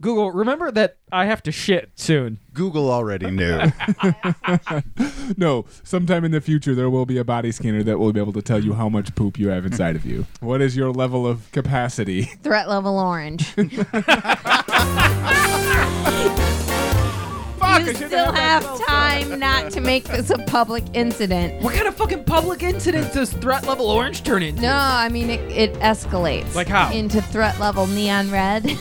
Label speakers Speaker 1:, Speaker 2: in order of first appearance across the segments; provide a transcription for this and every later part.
Speaker 1: Google, remember that I have to shit soon.
Speaker 2: Google already knew.
Speaker 3: No, sometime in the future there will be a body scanner that will be able to tell you how much poop you have inside of you. What is your level of capacity?
Speaker 4: Threat level orange. you
Speaker 3: I should've
Speaker 4: still
Speaker 3: had
Speaker 4: have time not to make this a public incident.
Speaker 1: What kind of fucking public incident does threat level orange turn into?
Speaker 4: No, I mean it, it escalates.
Speaker 1: Like how?
Speaker 4: Into threat level neon red. it's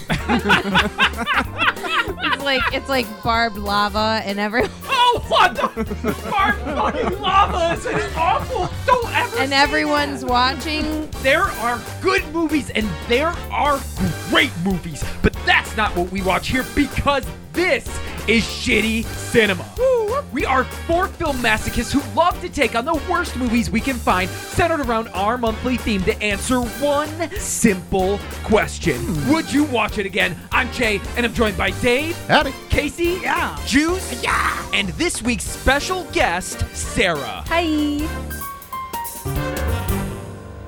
Speaker 4: like it's like barbed lava and everyone
Speaker 1: Oh, what the? Far fucking lava is an awful. Don't ever.
Speaker 4: and
Speaker 1: say
Speaker 4: everyone's
Speaker 1: that.
Speaker 4: watching.
Speaker 1: There are good movies and there are great movies, but that's not what we watch here because this is shitty cinema. We are four film masochists who love to take on the worst movies we can find, centered around our monthly theme to answer one simple question Would you watch it again? I'm Jay, and I'm joined by Dave.
Speaker 2: Howdy.
Speaker 1: Casey, yeah, Juice, yeah, and this week's special guest, Sarah.
Speaker 4: Hi.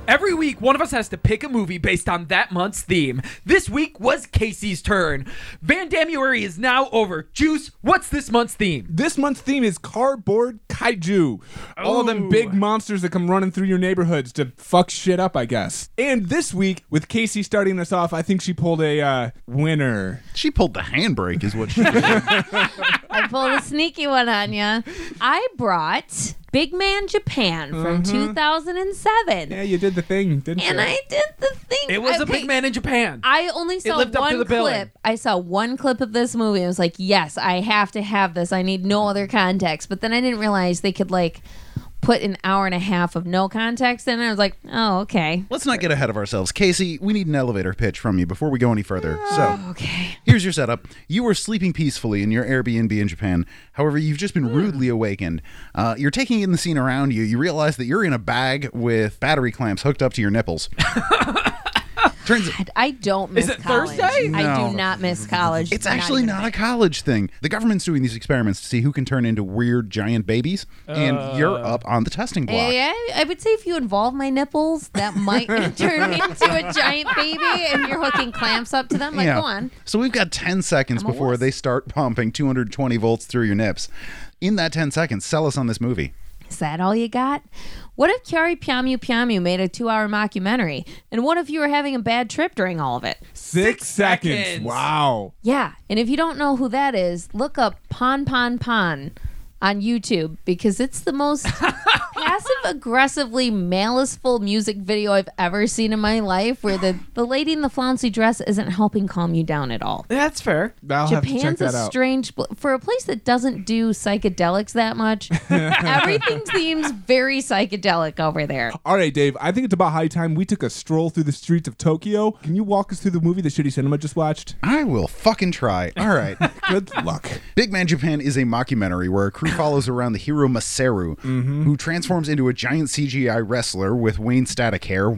Speaker 1: Every week, one of us has to pick a movie based on that month's theme. This week was Casey's turn. Van Damuary is now over. Juice, what's this month's theme?
Speaker 3: This month's theme is cardboard kaiju. All of them
Speaker 1: Ooh.
Speaker 3: big monsters that come running through your neighborhoods to fuck shit up, I guess. And this week, with Casey starting us off, I think she pulled a uh, winner.
Speaker 2: She pulled the handbrake, is what she did.
Speaker 4: I pulled a sneaky one on you. I brought Big Man Japan from 2007.
Speaker 3: Mm-hmm. Yeah, you did the thing, didn't
Speaker 4: And
Speaker 3: you?
Speaker 4: I did the thing.
Speaker 1: It was
Speaker 4: a
Speaker 1: a big man in Japan.
Speaker 4: I only saw
Speaker 1: lived up to
Speaker 4: one
Speaker 1: the
Speaker 4: clip.
Speaker 1: billing.
Speaker 4: I saw one clip of this movie. I was like, yes, I have to have this. I need no other context. But then I didn't realize they could like put an hour and a half of no context in. I was like, oh, okay.
Speaker 2: Let's not get ahead of ourselves. Casey, we need an elevator pitch from you before we go any further. So,
Speaker 4: Okay.
Speaker 2: here's your setup. You were sleeping peacefully in your Airbnb in Japan. However, you've just been rudely awakened. Uh, you're taking in the scene around you. You realize that you're in a bag with battery clamps hooked up to your nipples. Turns
Speaker 4: God, I don't miss
Speaker 1: Is it
Speaker 4: college.
Speaker 1: Thursday?
Speaker 4: I
Speaker 2: No.
Speaker 4: do not miss college.
Speaker 2: It's actually
Speaker 4: even a
Speaker 2: not, a
Speaker 4: bit.
Speaker 2: college thing. The government's doing these experiments to see who can turn into weird giant babies, and you're up on the testing block.
Speaker 4: Yeah, I would say if you involve my nipples, that might turn me into a giant baby, and you're hooking clamps up to them. Like,
Speaker 2: Yeah.
Speaker 4: go on.
Speaker 2: So we've got 10 seconds
Speaker 4: I'm a
Speaker 2: before
Speaker 4: wuss.
Speaker 2: they start pumping 220 volts through your nips. In that 10 seconds, sell us on this movie.
Speaker 4: Is that all you got? What if Kyari Piamu Piamu made a two hour mockumentary? And what if you were having a bad trip during all of it?
Speaker 3: Six seconds.
Speaker 1: seconds.
Speaker 3: Wow.
Speaker 4: Yeah. And if you don't know who that is, look up Pon Pon Pon on YouTube because it's the most passive aggressively maliceful music video I've ever seen in my life where the, the lady in the flouncy dress isn't helping calm you down at all.
Speaker 1: That's fair.
Speaker 3: I'll have to check
Speaker 4: Japan's
Speaker 3: that
Speaker 4: a
Speaker 3: out.
Speaker 4: strange pl- for a place that doesn't do psychedelics that much. everything seems very psychedelic over there.
Speaker 3: All right, Dave, I think it's about high time we took a stroll through the streets of Tokyo. Can you walk us through the movie that Shitty Cinema just watched?
Speaker 2: I will fucking try. All right.
Speaker 3: Good luck.
Speaker 2: Big Man Japan is a mockumentary where a crew follows around the hero Maseru,
Speaker 1: Mm-hmm.
Speaker 2: who transforms into a giant CGI wrestler with Wayne static hair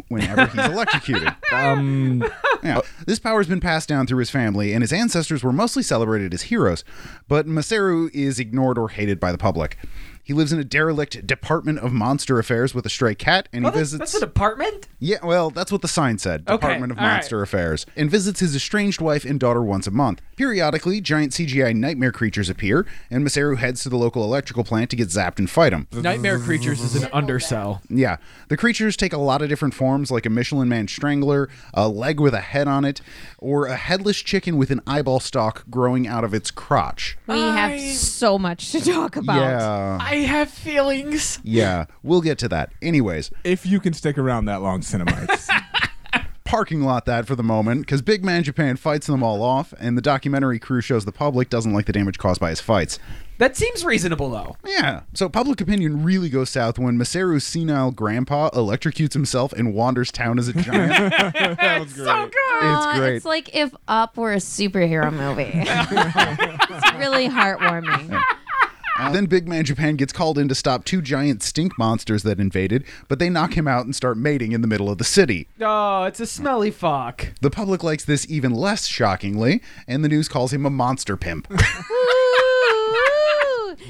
Speaker 2: whenever he's electrocuted.
Speaker 3: Um,
Speaker 1: uh,
Speaker 2: Yeah. This power has been passed down through his family, and his ancestors were mostly celebrated as heroes, but Maseru is ignored or hated by the public. He lives in a derelict Department of Monster Affairs with a stray cat, and he
Speaker 1: Oh, that's,
Speaker 2: visits.
Speaker 1: that's an apartment?
Speaker 2: yeah, well, that's what the sign said Department of
Speaker 1: all right.
Speaker 2: Monster Affairs, and visits his estranged wife and daughter once a month. Periodically, giant CGI nightmare creatures appear, and Maseru heads to the local electrical plant to get zapped and fight him.
Speaker 1: Nightmare Creatures is an undersell.
Speaker 2: Yeah. The creatures take a lot of different forms, like a Michelin Man strangler, a leg with a head on it, or a headless chicken with an eyeball stalk growing out of its crotch.
Speaker 4: We have so much to talk about.
Speaker 2: Yeah.
Speaker 1: I have feelings.
Speaker 2: Yeah. We'll get to that. Anyways,
Speaker 3: if you can stick around that long, Cinemites.
Speaker 2: parking lot that for the moment, because Big Man Japan fights them all off, and the documentary crew shows the public doesn't like the damage caused by his fights.
Speaker 1: That seems reasonable, though.
Speaker 2: Yeah. So public opinion really goes south when Maseru's senile grandpa electrocutes himself and wanders town as a giant.
Speaker 3: That's
Speaker 2: It's
Speaker 3: great.
Speaker 4: Aw,
Speaker 2: great.
Speaker 4: Uh, It's like if Up were a superhero movie. it's really heartwarming.
Speaker 2: Then Big Man Japan gets called in to stop two giant stink monsters that invaded, but they knock him out and start mating in the middle of the city.
Speaker 1: Oh, it's a smelly fuck.
Speaker 2: The public likes this even less shockingly, and the news calls him a monster pimp.
Speaker 4: Woo!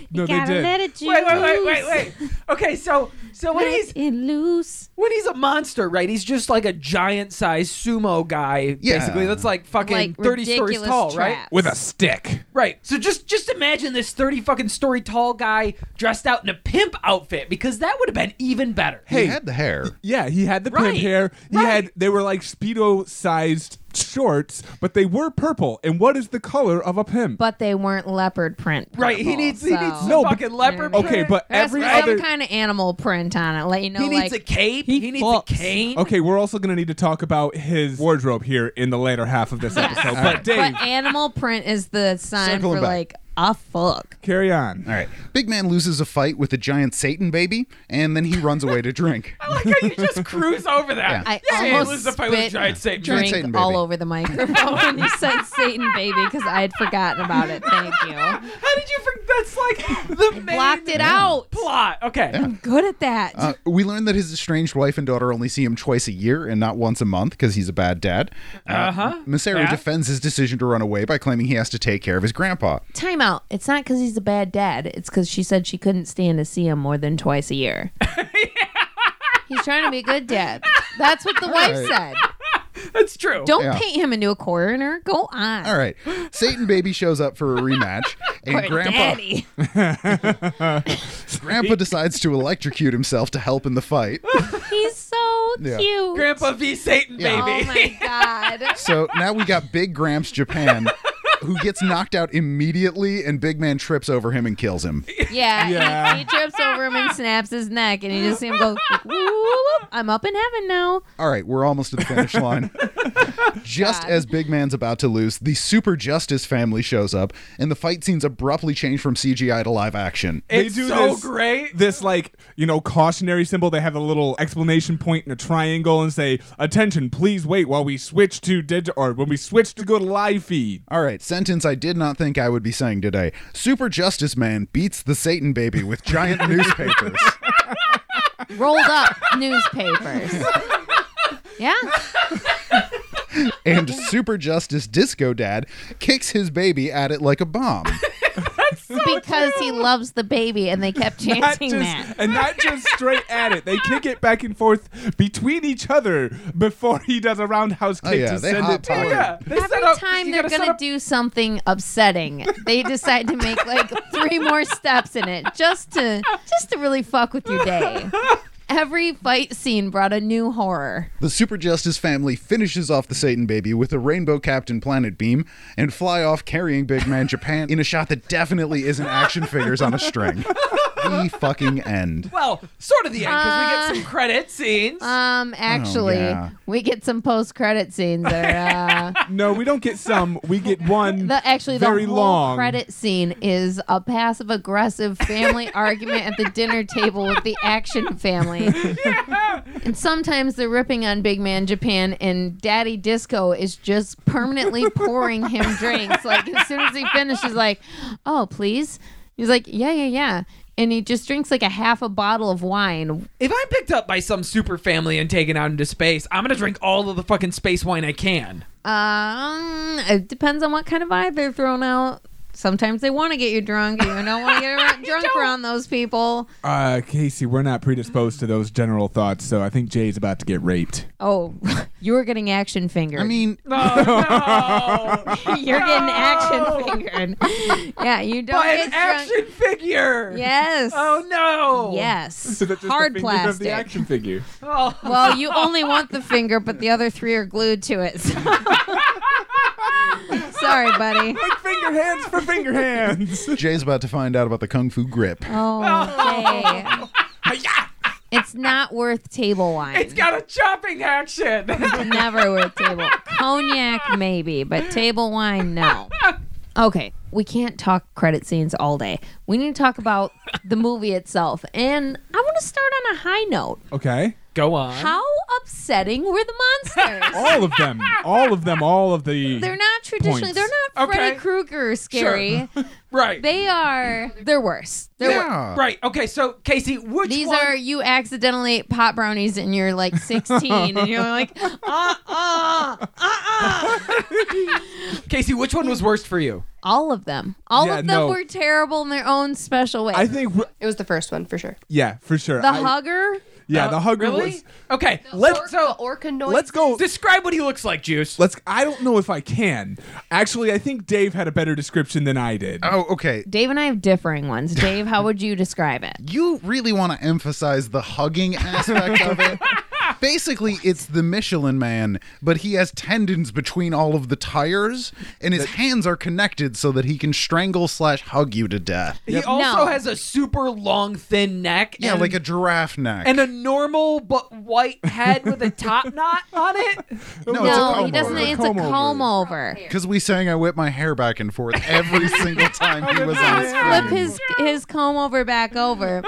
Speaker 3: No, they
Speaker 5: Got
Speaker 3: did.
Speaker 5: a little juice.
Speaker 1: Wait, wait, wait, wait, wait. Okay, so so when he's
Speaker 5: Let it loose.
Speaker 1: when he's a monster, right? He's just like a giant sized sumo guy,
Speaker 2: Yeah.
Speaker 1: basically. That's like fucking
Speaker 4: Like
Speaker 1: thirty stories
Speaker 4: ridiculous
Speaker 1: tall, right?
Speaker 4: traps.
Speaker 3: with a stick.
Speaker 1: Right. So just just imagine this thirty fucking story tall guy dressed out in a pimp outfit because that would have been even better.
Speaker 2: Hey, he had the hair.
Speaker 3: Yeah, he had the
Speaker 1: Right,
Speaker 3: pimp hair. He
Speaker 1: right.
Speaker 3: had they were like speedo sized shorts, but they were purple. And what is the color of a pimp?
Speaker 4: but they weren't leopard print.
Speaker 1: Right, he
Speaker 4: purple,
Speaker 1: needs he needs
Speaker 4: so-
Speaker 1: some
Speaker 3: No, but-
Speaker 1: fucking leopard.
Speaker 4: Okay,
Speaker 1: print.
Speaker 3: but
Speaker 4: There has
Speaker 3: every
Speaker 4: to be
Speaker 3: other-
Speaker 4: some kind of animal print on it. Let you know,
Speaker 1: he needs a
Speaker 4: like
Speaker 1: cape. He, needs
Speaker 3: fucks.
Speaker 1: a cane.
Speaker 3: Okay, we're also going to need to talk about his wardrobe here in the later half of this episode. But Dave,
Speaker 4: but animal print is the sign
Speaker 2: Circling
Speaker 4: for
Speaker 2: back.
Speaker 4: like a fuck.
Speaker 3: carry on.
Speaker 2: All right. Big man loses a fight with a giant Satan baby, and then he runs away to drink.
Speaker 1: I like how you just cruise over that.
Speaker 4: I
Speaker 1: yeah, he
Speaker 4: almost
Speaker 1: loses the fight with a
Speaker 4: spit
Speaker 1: giant Satan.
Speaker 4: Drink
Speaker 2: Satan baby.
Speaker 4: all over the microphone when you said Satan baby because I had forgotten about it. Thank you.
Speaker 1: How did you? For- that's like the main
Speaker 4: Blocked it out.
Speaker 1: plot. Okay.
Speaker 4: Good at that.
Speaker 2: Uh, we learn that his estranged wife and daughter only see him twice a year and not once a month because he's a bad dad. Uh
Speaker 1: Uh-huh.
Speaker 2: Massaro
Speaker 1: Yeah.
Speaker 2: defends his decision to run away by claiming he has to take care of his grandpa.
Speaker 4: Time out. It's not because he's a bad dad. It's because she said she couldn't stand to see him more than twice a year. He's trying to be a good dad. That's what the wife
Speaker 2: right.
Speaker 4: said.
Speaker 1: That's true.
Speaker 4: Don't
Speaker 2: Yeah.
Speaker 4: paint him into a coroner. Go on.
Speaker 2: All right. Satan Baby shows up for a rematch, and
Speaker 4: Or
Speaker 2: grandpa,
Speaker 4: Daddy.
Speaker 2: grandpa decides to electrocute himself to help in the fight.
Speaker 4: He's so
Speaker 2: Yeah.
Speaker 4: cute.
Speaker 1: Grandpa v Satan,
Speaker 2: Yeah.
Speaker 4: Oh
Speaker 1: baby.
Speaker 4: my god.
Speaker 2: So now we got Big Gramps Japan, who gets knocked out immediately, and Big Man trips over him and kills him.
Speaker 4: Yeah.
Speaker 3: Yeah.
Speaker 4: He, he trips over him and snaps his neck, and you just see him go. like, "Whoop, I'm up in heaven now.
Speaker 2: All right, we're almost at the finish line. Just
Speaker 4: God.
Speaker 2: as Big Man's about to lose, the Super Justice family shows up, and the fight scenes abruptly change from CGI to live action.
Speaker 1: it's
Speaker 3: they do
Speaker 1: so
Speaker 3: this,
Speaker 1: great.
Speaker 3: This like you know cautionary symbol. They have a little exclamation point and a triangle and say, "Attention, please wait while we switch to dig or when we switch to go to live feed."
Speaker 2: All right, sentence I did not think I would be saying today. Super Justice Man beats the Satan baby with giant newspapers.
Speaker 4: Rolled up newspapers. Yeah.
Speaker 2: And Super Justice Disco Dad kicks his baby at it like a bomb.
Speaker 4: Because he loves the baby, and they kept
Speaker 3: Not
Speaker 4: chanting
Speaker 3: just,
Speaker 4: that.
Speaker 3: and not just straight at it. They kick it back and forth between each other before he does a roundhouse kick
Speaker 2: Oh, yeah,
Speaker 3: to
Speaker 2: they
Speaker 3: send
Speaker 2: hot
Speaker 3: it to
Speaker 2: pocket.
Speaker 3: her.
Speaker 1: yeah. They
Speaker 4: Every
Speaker 1: set up,
Speaker 4: time
Speaker 1: you
Speaker 4: they're
Speaker 1: gotta set
Speaker 4: gonna
Speaker 1: up-
Speaker 4: do something upsetting, they decide to make like three more steps in it just to just to really fuck with your day. Every fight scene brought a new horror.
Speaker 2: The Super Justice family finishes off the Satan baby with a rainbow captain planet beam and fly off carrying Big Man Japan in a shot that definitely isn't action figures on a string. The fucking end.
Speaker 1: Well, sort of the end because we
Speaker 4: Uh,
Speaker 1: get some credit scenes.
Speaker 4: Um, actually,
Speaker 2: yeah.
Speaker 4: we get some post-credit scenes that are uh,
Speaker 3: No, we don't get some. We get one.
Speaker 4: the actually the
Speaker 3: very
Speaker 4: whole
Speaker 3: long.
Speaker 4: credit scene is a passive-aggressive family argument at the dinner table with the action family. And sometimes they're ripping on Big Man Japan, and Daddy Disco is just permanently pouring him drinks. Like as soon as he finishes, like, oh please, he's like, yeah, yeah, yeah, and he just drinks like a half a bottle of wine.
Speaker 1: if I'm picked up by some super family and taken out into space, I'm gonna drink all of the fucking space wine I can.
Speaker 4: Um, it depends on what kind of vibe they're thrown out. Sometimes they want to get you drunk, and you don't want to get around, drunk around those people.
Speaker 3: Uh, Casey, we're not predisposed to those general thoughts, so I think Jay's about to get raped.
Speaker 4: Oh, you were getting action fingered.
Speaker 2: I mean,
Speaker 1: Oh no!
Speaker 4: you're getting action fingered. yeah, you don't
Speaker 1: By
Speaker 4: get
Speaker 1: an
Speaker 4: drunk.
Speaker 1: action figure.
Speaker 4: Yes.
Speaker 1: Oh no.
Speaker 4: Yes.
Speaker 3: So that's just
Speaker 4: Hard
Speaker 3: the finger Of the
Speaker 4: plastic.
Speaker 3: action figure.
Speaker 1: Oh.
Speaker 4: Well, you only want the finger, but the other three are glued to it. so- Sorry, buddy.
Speaker 3: finger hands for finger hands.
Speaker 2: Jay's about to find out about the kung fu grip.
Speaker 4: Oh, okay.
Speaker 1: Yeah.
Speaker 4: It's not worth table wine.
Speaker 1: It's got a chopping action.
Speaker 4: Never worth table. Cognac, maybe, but table wine, no. Okay, we can't talk credit scenes all day. We need to talk about the movie itself. And I want to start on a high note.
Speaker 3: Okay.
Speaker 1: Go on.
Speaker 3: Oh.
Speaker 4: How upsetting were the monsters?
Speaker 3: All of them. All of them. All of the.
Speaker 4: They're not traditionally.
Speaker 3: Points.
Speaker 4: They're not
Speaker 1: Okay.
Speaker 4: Freddy Krueger scary.
Speaker 1: Right.
Speaker 4: they are they're worse. They're wor-
Speaker 2: yeah.
Speaker 1: right. Okay. So Casey, which
Speaker 4: These
Speaker 1: one-
Speaker 4: are you accidentally ate pot brownies and you're like 16 and you're like "Uh,
Speaker 1: Casey, which one was worst for you?
Speaker 4: all of them. All
Speaker 3: Yeah,
Speaker 4: of them
Speaker 3: no.
Speaker 4: were terrible in their own special way.
Speaker 3: I think, r-
Speaker 5: It was the first one for sure.
Speaker 3: yeah, for sure.
Speaker 4: the
Speaker 3: I-
Speaker 4: hugger
Speaker 3: Yeah,
Speaker 1: Uh,
Speaker 3: the hugger
Speaker 1: really?
Speaker 3: was.
Speaker 1: Okay. Let's
Speaker 5: the
Speaker 1: so
Speaker 5: orca noise.
Speaker 3: Let's go.
Speaker 1: describe what he looks like, Juice.
Speaker 3: Let's. I don't know if I can. Actually, I think Dave had a better description than I did.
Speaker 2: Oh, okay.
Speaker 4: Dave and I have differing ones. Dave, how would you describe it?
Speaker 2: You really want to emphasize the hugging aspect of it. Basically, it's the Michelin man, but he has tendons between all of the tires, and his hands are connected so that he can strangle slash hug you to death.
Speaker 1: He also
Speaker 4: No.
Speaker 1: has a super long, thin neck.
Speaker 2: Yeah,
Speaker 1: and-
Speaker 2: like a giraffe neck.
Speaker 1: and a normal but white head with a top knot on it.
Speaker 2: no,
Speaker 4: No, he
Speaker 2: it's a comb
Speaker 4: doesn't. It's a comb over.
Speaker 2: Because we sang "I whip my hair back and forth" every single time he was on
Speaker 4: Flip
Speaker 2: screen.
Speaker 4: his his comb over back over.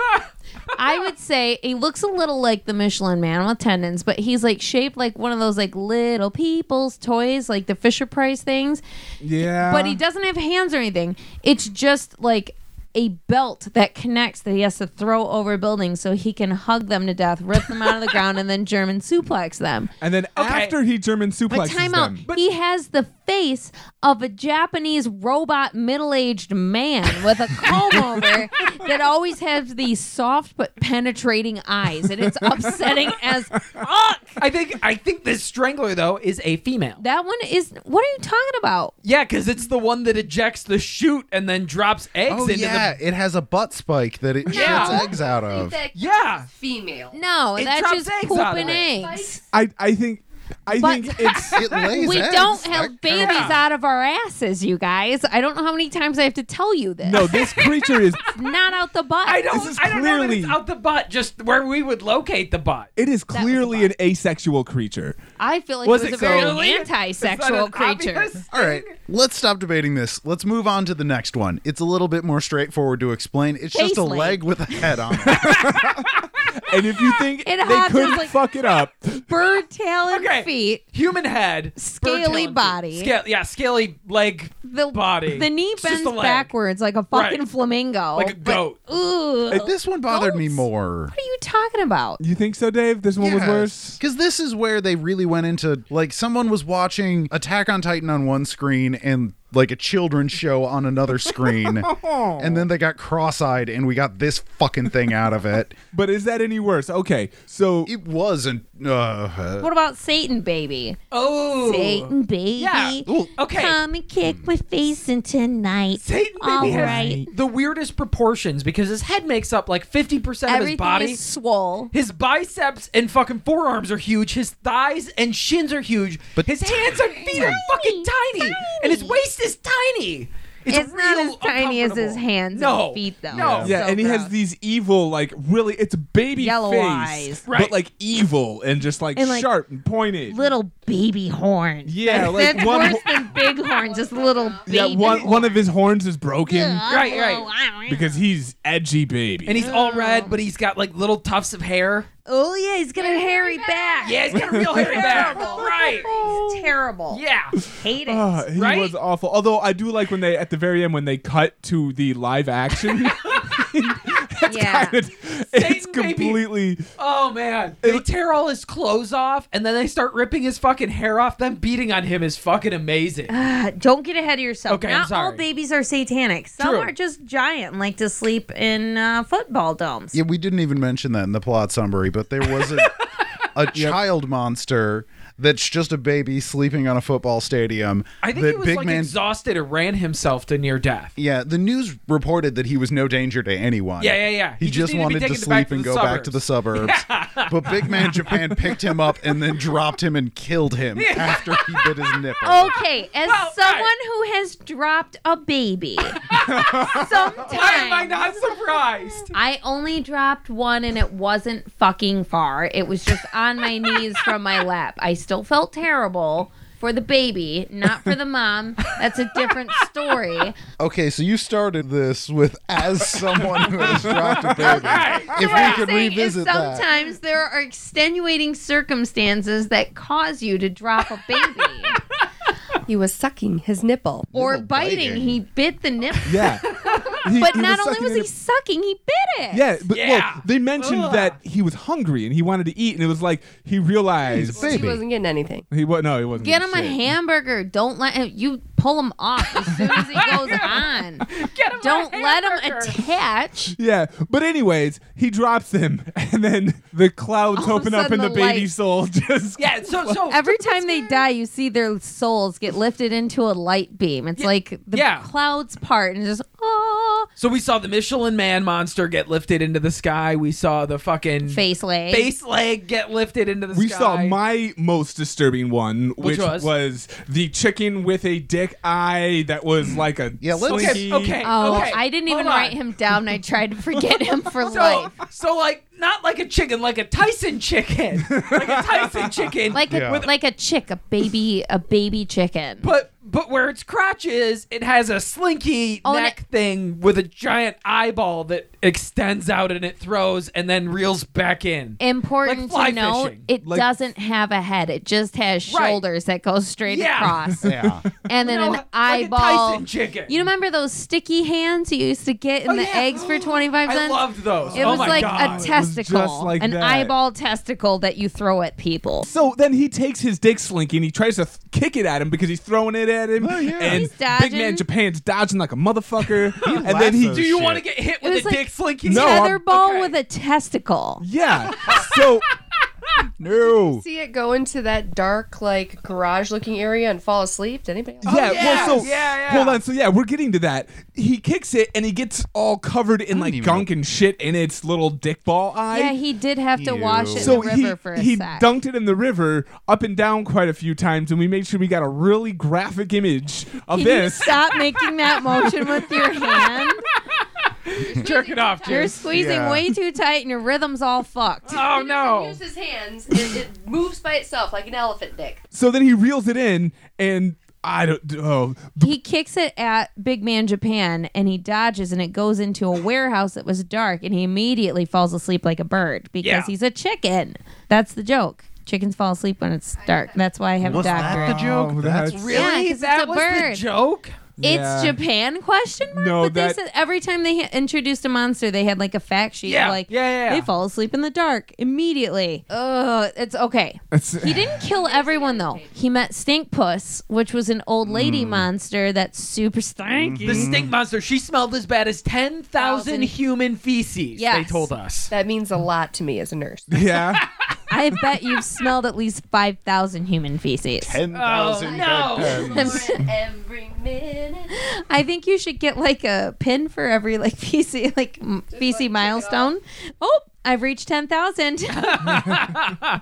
Speaker 4: I would say he looks a little like the Michelin Man with tendons, but he's like shaped like one of those like little people's toys, like the Fisher Price things.
Speaker 3: Yeah.
Speaker 4: But he
Speaker 2: Uh-huh.
Speaker 4: doesn't have hands or anything. It's just like a belt that connects that he has to throw over buildings so he can hug them to death, rip them out of the ground, and then German suplex them.
Speaker 3: And then after he German
Speaker 4: But
Speaker 3: suplexes
Speaker 4: time out.
Speaker 3: them,
Speaker 4: he has the face of a Japanese robot middle-aged man with a comb over that always has these soft but penetrating eyes, and it's upsetting as fuck.
Speaker 1: I think I think this strangler though is a female.
Speaker 4: That one is. What are you talking about?
Speaker 1: Yeah, because it's the one that ejects the chute and then drops eggs
Speaker 2: Oh
Speaker 1: into
Speaker 2: yeah,
Speaker 1: the.
Speaker 2: it has a butt spike that it
Speaker 1: Yeah.
Speaker 2: shoots eggs out of.
Speaker 1: Yeah,
Speaker 5: Female.
Speaker 4: No,
Speaker 1: It
Speaker 4: that's
Speaker 1: drops
Speaker 4: just
Speaker 1: eggs out of
Speaker 4: pooping
Speaker 1: it.
Speaker 4: eggs.
Speaker 3: I I think I
Speaker 4: But-
Speaker 3: think it's
Speaker 2: It lays
Speaker 4: We
Speaker 2: eggs.
Speaker 4: don't
Speaker 2: That
Speaker 4: have
Speaker 2: counts.
Speaker 4: babies out of our asses, you guys. I don't know how many times I have to tell you this.
Speaker 3: no. This creature is
Speaker 4: Not out the butt.
Speaker 1: I don't.
Speaker 3: This is
Speaker 1: Oh, I don't know that it's
Speaker 3: clearly-
Speaker 1: out the butt. Just where we would locate the butt.
Speaker 3: it is
Speaker 4: was a
Speaker 3: clearly an asexual creature.
Speaker 4: I feel like
Speaker 1: Was
Speaker 4: it was
Speaker 1: it
Speaker 4: a very
Speaker 1: clearly?
Speaker 4: anti-sexual
Speaker 1: Is that an
Speaker 4: creature.
Speaker 1: obvious-
Speaker 2: All right, let's stop debating this. Let's move on to the next one. It's a little bit more straightforward to explain. It's just a
Speaker 4: Basically.
Speaker 2: leg with a head on it.
Speaker 3: And if you think
Speaker 4: It
Speaker 3: they
Speaker 4: hops
Speaker 3: couldn't
Speaker 4: like-
Speaker 3: fuck it up,
Speaker 4: bird tail and
Speaker 1: Okay.
Speaker 4: feet,
Speaker 1: Human head, bird
Speaker 4: Scaly
Speaker 1: tail and feet.
Speaker 4: body.
Speaker 1: Scale, yeah, scaly leg,
Speaker 4: the
Speaker 1: Body.
Speaker 4: the knee
Speaker 1: It's just
Speaker 4: bends
Speaker 1: a leg.
Speaker 4: backwards like a fucking
Speaker 1: Right.
Speaker 4: flamingo,
Speaker 1: like a
Speaker 4: but-
Speaker 1: goat.
Speaker 4: Ooh, what
Speaker 2: this one bothered me
Speaker 4: Goats.
Speaker 2: more.
Speaker 4: are you talking about?
Speaker 3: you think so, Dave? This one was worse.
Speaker 2: Because this is where they really went into like someone was watching Attack on Titan on one screen and like a children's show on another screen. and then they got cross eyed and we got this fucking thing out of it.
Speaker 3: But is that any worse? Okay, so
Speaker 2: It wasn't. Uh, uh,
Speaker 4: What about Satan, baby?
Speaker 1: Oh,
Speaker 4: Satan, baby.
Speaker 1: Yeah. Ooh, okay.
Speaker 4: Come and kick my face in tonight.
Speaker 1: Satan baby
Speaker 4: All
Speaker 1: has
Speaker 4: right.
Speaker 1: the weirdest proportions because his head makes up like fifty percent of his
Speaker 4: Everything
Speaker 1: body.
Speaker 4: is swole.
Speaker 1: His biceps and fucking forearms are huge. His thighs and shins are huge. But his hands and feet are
Speaker 4: Tiny,
Speaker 1: fucking tiny.
Speaker 4: tiny.
Speaker 1: And his waist is tiny. It's,
Speaker 4: It's not
Speaker 1: real
Speaker 4: as tiny as his
Speaker 1: uncomfortable.
Speaker 4: hands
Speaker 1: no.
Speaker 4: and feet, though.
Speaker 1: No.
Speaker 4: It's
Speaker 3: yeah,
Speaker 4: so
Speaker 3: and he has
Speaker 4: gross.
Speaker 3: these evil, like really, it's baby
Speaker 4: Yellow
Speaker 3: face,
Speaker 4: eyes.
Speaker 1: Right.
Speaker 3: but like evil and just like,
Speaker 4: And, like,
Speaker 3: sharp and pointed.
Speaker 4: little baby horns.
Speaker 3: Yeah, like
Speaker 4: That's
Speaker 3: one
Speaker 4: worse
Speaker 3: ho-
Speaker 4: than big horn. Just little baby.
Speaker 3: yeah, one one of his horns is broken
Speaker 1: Right, right.
Speaker 3: because he's edgy baby.
Speaker 1: And he's all red, but he's got like little tufts of hair.
Speaker 4: Oh yeah, he's gonna hairy back.
Speaker 1: Yeah, he's got a real hairy back. Right.
Speaker 4: It's terrible.
Speaker 1: Yeah.
Speaker 4: Hate it.
Speaker 3: Ah, he
Speaker 1: right?
Speaker 3: was awful. Although I do like when they at the very end when they cut to the live action.
Speaker 4: yeah.
Speaker 3: it's it's
Speaker 1: Satan baby.
Speaker 3: completely
Speaker 1: Oh man. They tear all his clothes off and then they start ripping his fucking hair off. Them beating on him is fucking amazing.
Speaker 4: Uh, Don't get ahead of yourself.
Speaker 1: Okay, I'm
Speaker 4: Not all
Speaker 1: sorry.
Speaker 4: babies are satanic. Some
Speaker 1: True.
Speaker 4: are just giant, and like to sleep in uh, football domes.
Speaker 2: yeah, we didn't even mention that in the plot summary, but there was a, a child monster that's just a baby sleeping on a football stadium.
Speaker 1: I think
Speaker 2: that
Speaker 1: he was
Speaker 2: Big
Speaker 1: like
Speaker 2: Man
Speaker 1: exhausted or ran himself to near death.
Speaker 2: Yeah, the news reported that he was no danger to anyone.
Speaker 1: Yeah, yeah, yeah.
Speaker 2: He,
Speaker 1: He
Speaker 2: just,
Speaker 1: just needed to be
Speaker 2: wanted to,
Speaker 1: taken back
Speaker 2: sleep
Speaker 1: to
Speaker 2: and
Speaker 1: the
Speaker 2: go back to the suburbs. But Big Man Japan picked him up and then dropped him and killed him after he bit his nipple.
Speaker 4: Okay, as
Speaker 1: Well,
Speaker 4: someone
Speaker 1: right.
Speaker 4: who has dropped a baby,
Speaker 1: Why am I
Speaker 4: sometimes
Speaker 1: not surprised?
Speaker 4: I only dropped one and it wasn't fucking far. It was just on my knees from my lap. I still felt terrible for the baby, not for the mom. That's a different story.
Speaker 2: Okay, so you started this with as someone who has dropped a baby. If
Speaker 4: What I'm
Speaker 2: we could
Speaker 4: saying is
Speaker 2: revisit that.
Speaker 4: sometimes there are extenuating circumstances that cause you to drop a baby.
Speaker 5: He was sucking his nipple.
Speaker 4: Or
Speaker 2: Nipple
Speaker 4: biting.
Speaker 2: biting.
Speaker 4: He bit the nipple.
Speaker 3: Yeah. He-
Speaker 4: But
Speaker 3: he
Speaker 4: not only
Speaker 3: sucking
Speaker 4: was
Speaker 3: in
Speaker 4: he
Speaker 3: a-
Speaker 4: sucking, he bit it.
Speaker 3: Yeah, but
Speaker 1: Yeah.
Speaker 3: well, they mentioned
Speaker 1: Ugh.
Speaker 3: that he was hungry and he wanted to eat, and it was like he realized
Speaker 2: He's a baby.
Speaker 5: He wasn't getting anything.
Speaker 3: he was no, he wasn't.
Speaker 4: Get
Speaker 3: getting
Speaker 4: him a
Speaker 3: shit.
Speaker 4: hamburger. Don't let him. You pull him off as soon as he goes on.
Speaker 1: Get him a
Speaker 4: Don't let him
Speaker 1: hamburger.
Speaker 4: attach.
Speaker 3: Yeah, but anyways, he drops him, and then the clouds
Speaker 4: All of a
Speaker 3: open up,
Speaker 4: sudden
Speaker 3: and the,
Speaker 4: the
Speaker 3: baby
Speaker 4: light-
Speaker 3: soul just
Speaker 1: Yeah, so so
Speaker 4: Every time they die, you see their souls get lifted into a light beam. It's like the
Speaker 1: yeah.
Speaker 4: clouds part and just oh
Speaker 1: so we saw the Michelin Man monster get lifted into the sky. We saw the fucking
Speaker 4: face leg.
Speaker 1: face leg get lifted into the
Speaker 3: We
Speaker 1: sky.
Speaker 3: saw my most disturbing one, which,
Speaker 1: was?
Speaker 3: was? the chicken with a dick eye that was like a
Speaker 2: Yeah, let's-
Speaker 1: Okay,
Speaker 3: slinky-
Speaker 1: okay.
Speaker 4: Oh,
Speaker 1: okay,
Speaker 4: I didn't
Speaker 1: hold
Speaker 4: even
Speaker 1: on.
Speaker 4: write him down. I tried to forget him for
Speaker 1: So,
Speaker 4: life.
Speaker 1: so like not like a chicken, like a Tyson chicken, like a Tyson chicken,
Speaker 4: Like a,
Speaker 2: Yeah.
Speaker 4: like a chick, a baby, a baby chicken.
Speaker 1: but but where its crotch is, it has a slinky
Speaker 4: Oh, and
Speaker 1: neck thing with a giant eyeball that extends out and it throws and then reels back in. Like
Speaker 4: Important
Speaker 1: fly
Speaker 4: to note,
Speaker 1: fishing.
Speaker 4: it
Speaker 3: Like-
Speaker 4: doesn't have a head. It just has
Speaker 1: Right.
Speaker 4: shoulders that go straight
Speaker 1: Yeah.
Speaker 4: across,
Speaker 2: Yeah.
Speaker 4: and then
Speaker 1: No,
Speaker 4: an
Speaker 1: like a
Speaker 4: eyeball.
Speaker 1: Tyson chicken.
Speaker 4: You remember those sticky hands you used to get in
Speaker 1: Oh,
Speaker 4: the
Speaker 1: yeah.
Speaker 4: eggs for twenty five
Speaker 1: I
Speaker 4: cents?
Speaker 1: loved those.
Speaker 4: it
Speaker 1: oh
Speaker 4: was
Speaker 1: my
Speaker 4: like
Speaker 1: God.
Speaker 4: a
Speaker 3: was
Speaker 4: testicle,
Speaker 3: just like
Speaker 4: an
Speaker 3: that.
Speaker 4: eyeball testicle that you throw at people.
Speaker 3: So then he takes his dick slinky and he tries to th- kick it at him because he's throwing it at him.
Speaker 2: Oh, yeah.
Speaker 3: And
Speaker 4: He's dodging.
Speaker 3: Big Man Japan's dodging like a motherfucker. and then
Speaker 2: laughs
Speaker 3: he
Speaker 2: at
Speaker 1: Do you want to
Speaker 2: Shit.
Speaker 1: get hit
Speaker 4: It
Speaker 1: with
Speaker 4: was
Speaker 1: a
Speaker 4: like
Speaker 1: dick slinky?
Speaker 3: No, I'm-
Speaker 4: Tetherball
Speaker 1: Okay.
Speaker 4: with a testicle.
Speaker 3: Yeah. So no.
Speaker 5: See it go into that dark, like garage looking area and fall asleep? Did anybody else?
Speaker 3: Yeah,
Speaker 1: yeah,
Speaker 3: well, so
Speaker 1: Oh, yeah, yeah.
Speaker 3: hold on. So yeah, we're getting to that. He kicks it and he gets all covered in like
Speaker 2: even
Speaker 3: gunk and shit in its little dick ball eye.
Speaker 4: Yeah, he did have to
Speaker 2: Ew.
Speaker 4: wash it
Speaker 3: so
Speaker 4: in the river
Speaker 3: he,
Speaker 4: for a
Speaker 3: he
Speaker 4: sec.
Speaker 3: dunked it in the river up and down quite a few times, and we made sure we got a really graphic image of
Speaker 4: Can
Speaker 3: this.
Speaker 4: you stop making that motion with your hand?
Speaker 1: Jerk it off,
Speaker 4: You're
Speaker 1: Jerry.
Speaker 4: squeezing
Speaker 2: Yeah.
Speaker 4: way too tight and your rhythm's all fucked.
Speaker 1: Oh no.
Speaker 5: Use his hands. It, it moves by itself like an elephant dick.
Speaker 3: So then he reels it in, and I don't. Oh,
Speaker 4: He kicks it at Big Man Japan and he dodges and it goes into a warehouse that was dark and he immediately falls asleep like a bird because
Speaker 1: Yeah.
Speaker 4: he's a chicken. That's the joke. Chickens fall asleep when it's dark. That's why I have a
Speaker 2: Was that
Speaker 4: doctor.
Speaker 2: the joke?
Speaker 3: Oh,
Speaker 2: that's,
Speaker 3: that's-
Speaker 1: Really?
Speaker 4: Yeah, 'cause it's
Speaker 1: that
Speaker 4: a
Speaker 1: was
Speaker 4: bird.
Speaker 1: the joke?
Speaker 4: It's
Speaker 3: Yeah.
Speaker 4: Japan question mark.
Speaker 3: No,
Speaker 4: but
Speaker 3: that-
Speaker 4: they said every time they ha- introduced a monster, they had like a fact sheet.
Speaker 1: Yeah,
Speaker 4: like
Speaker 1: yeah, yeah, yeah.
Speaker 4: They fall asleep in the dark immediately. Ugh, it's okay.
Speaker 3: That's-
Speaker 4: he didn't kill everyone though. He met Stink Puss, which was an old lady monster that's super stinky.
Speaker 1: The stink monster. She smelled as bad as 10,000 human feces, they
Speaker 4: Yes.
Speaker 1: told us.
Speaker 5: That means a lot to me as a nurse.
Speaker 3: yeah.
Speaker 4: I bet you've smelled at least five thousand human feces.
Speaker 2: ten
Speaker 1: Oh,
Speaker 2: thousand.
Speaker 1: no.
Speaker 5: every minute.
Speaker 4: I think you should get like a pin for every like feces like m- feces milestone. Oh, I've reached ten thousand.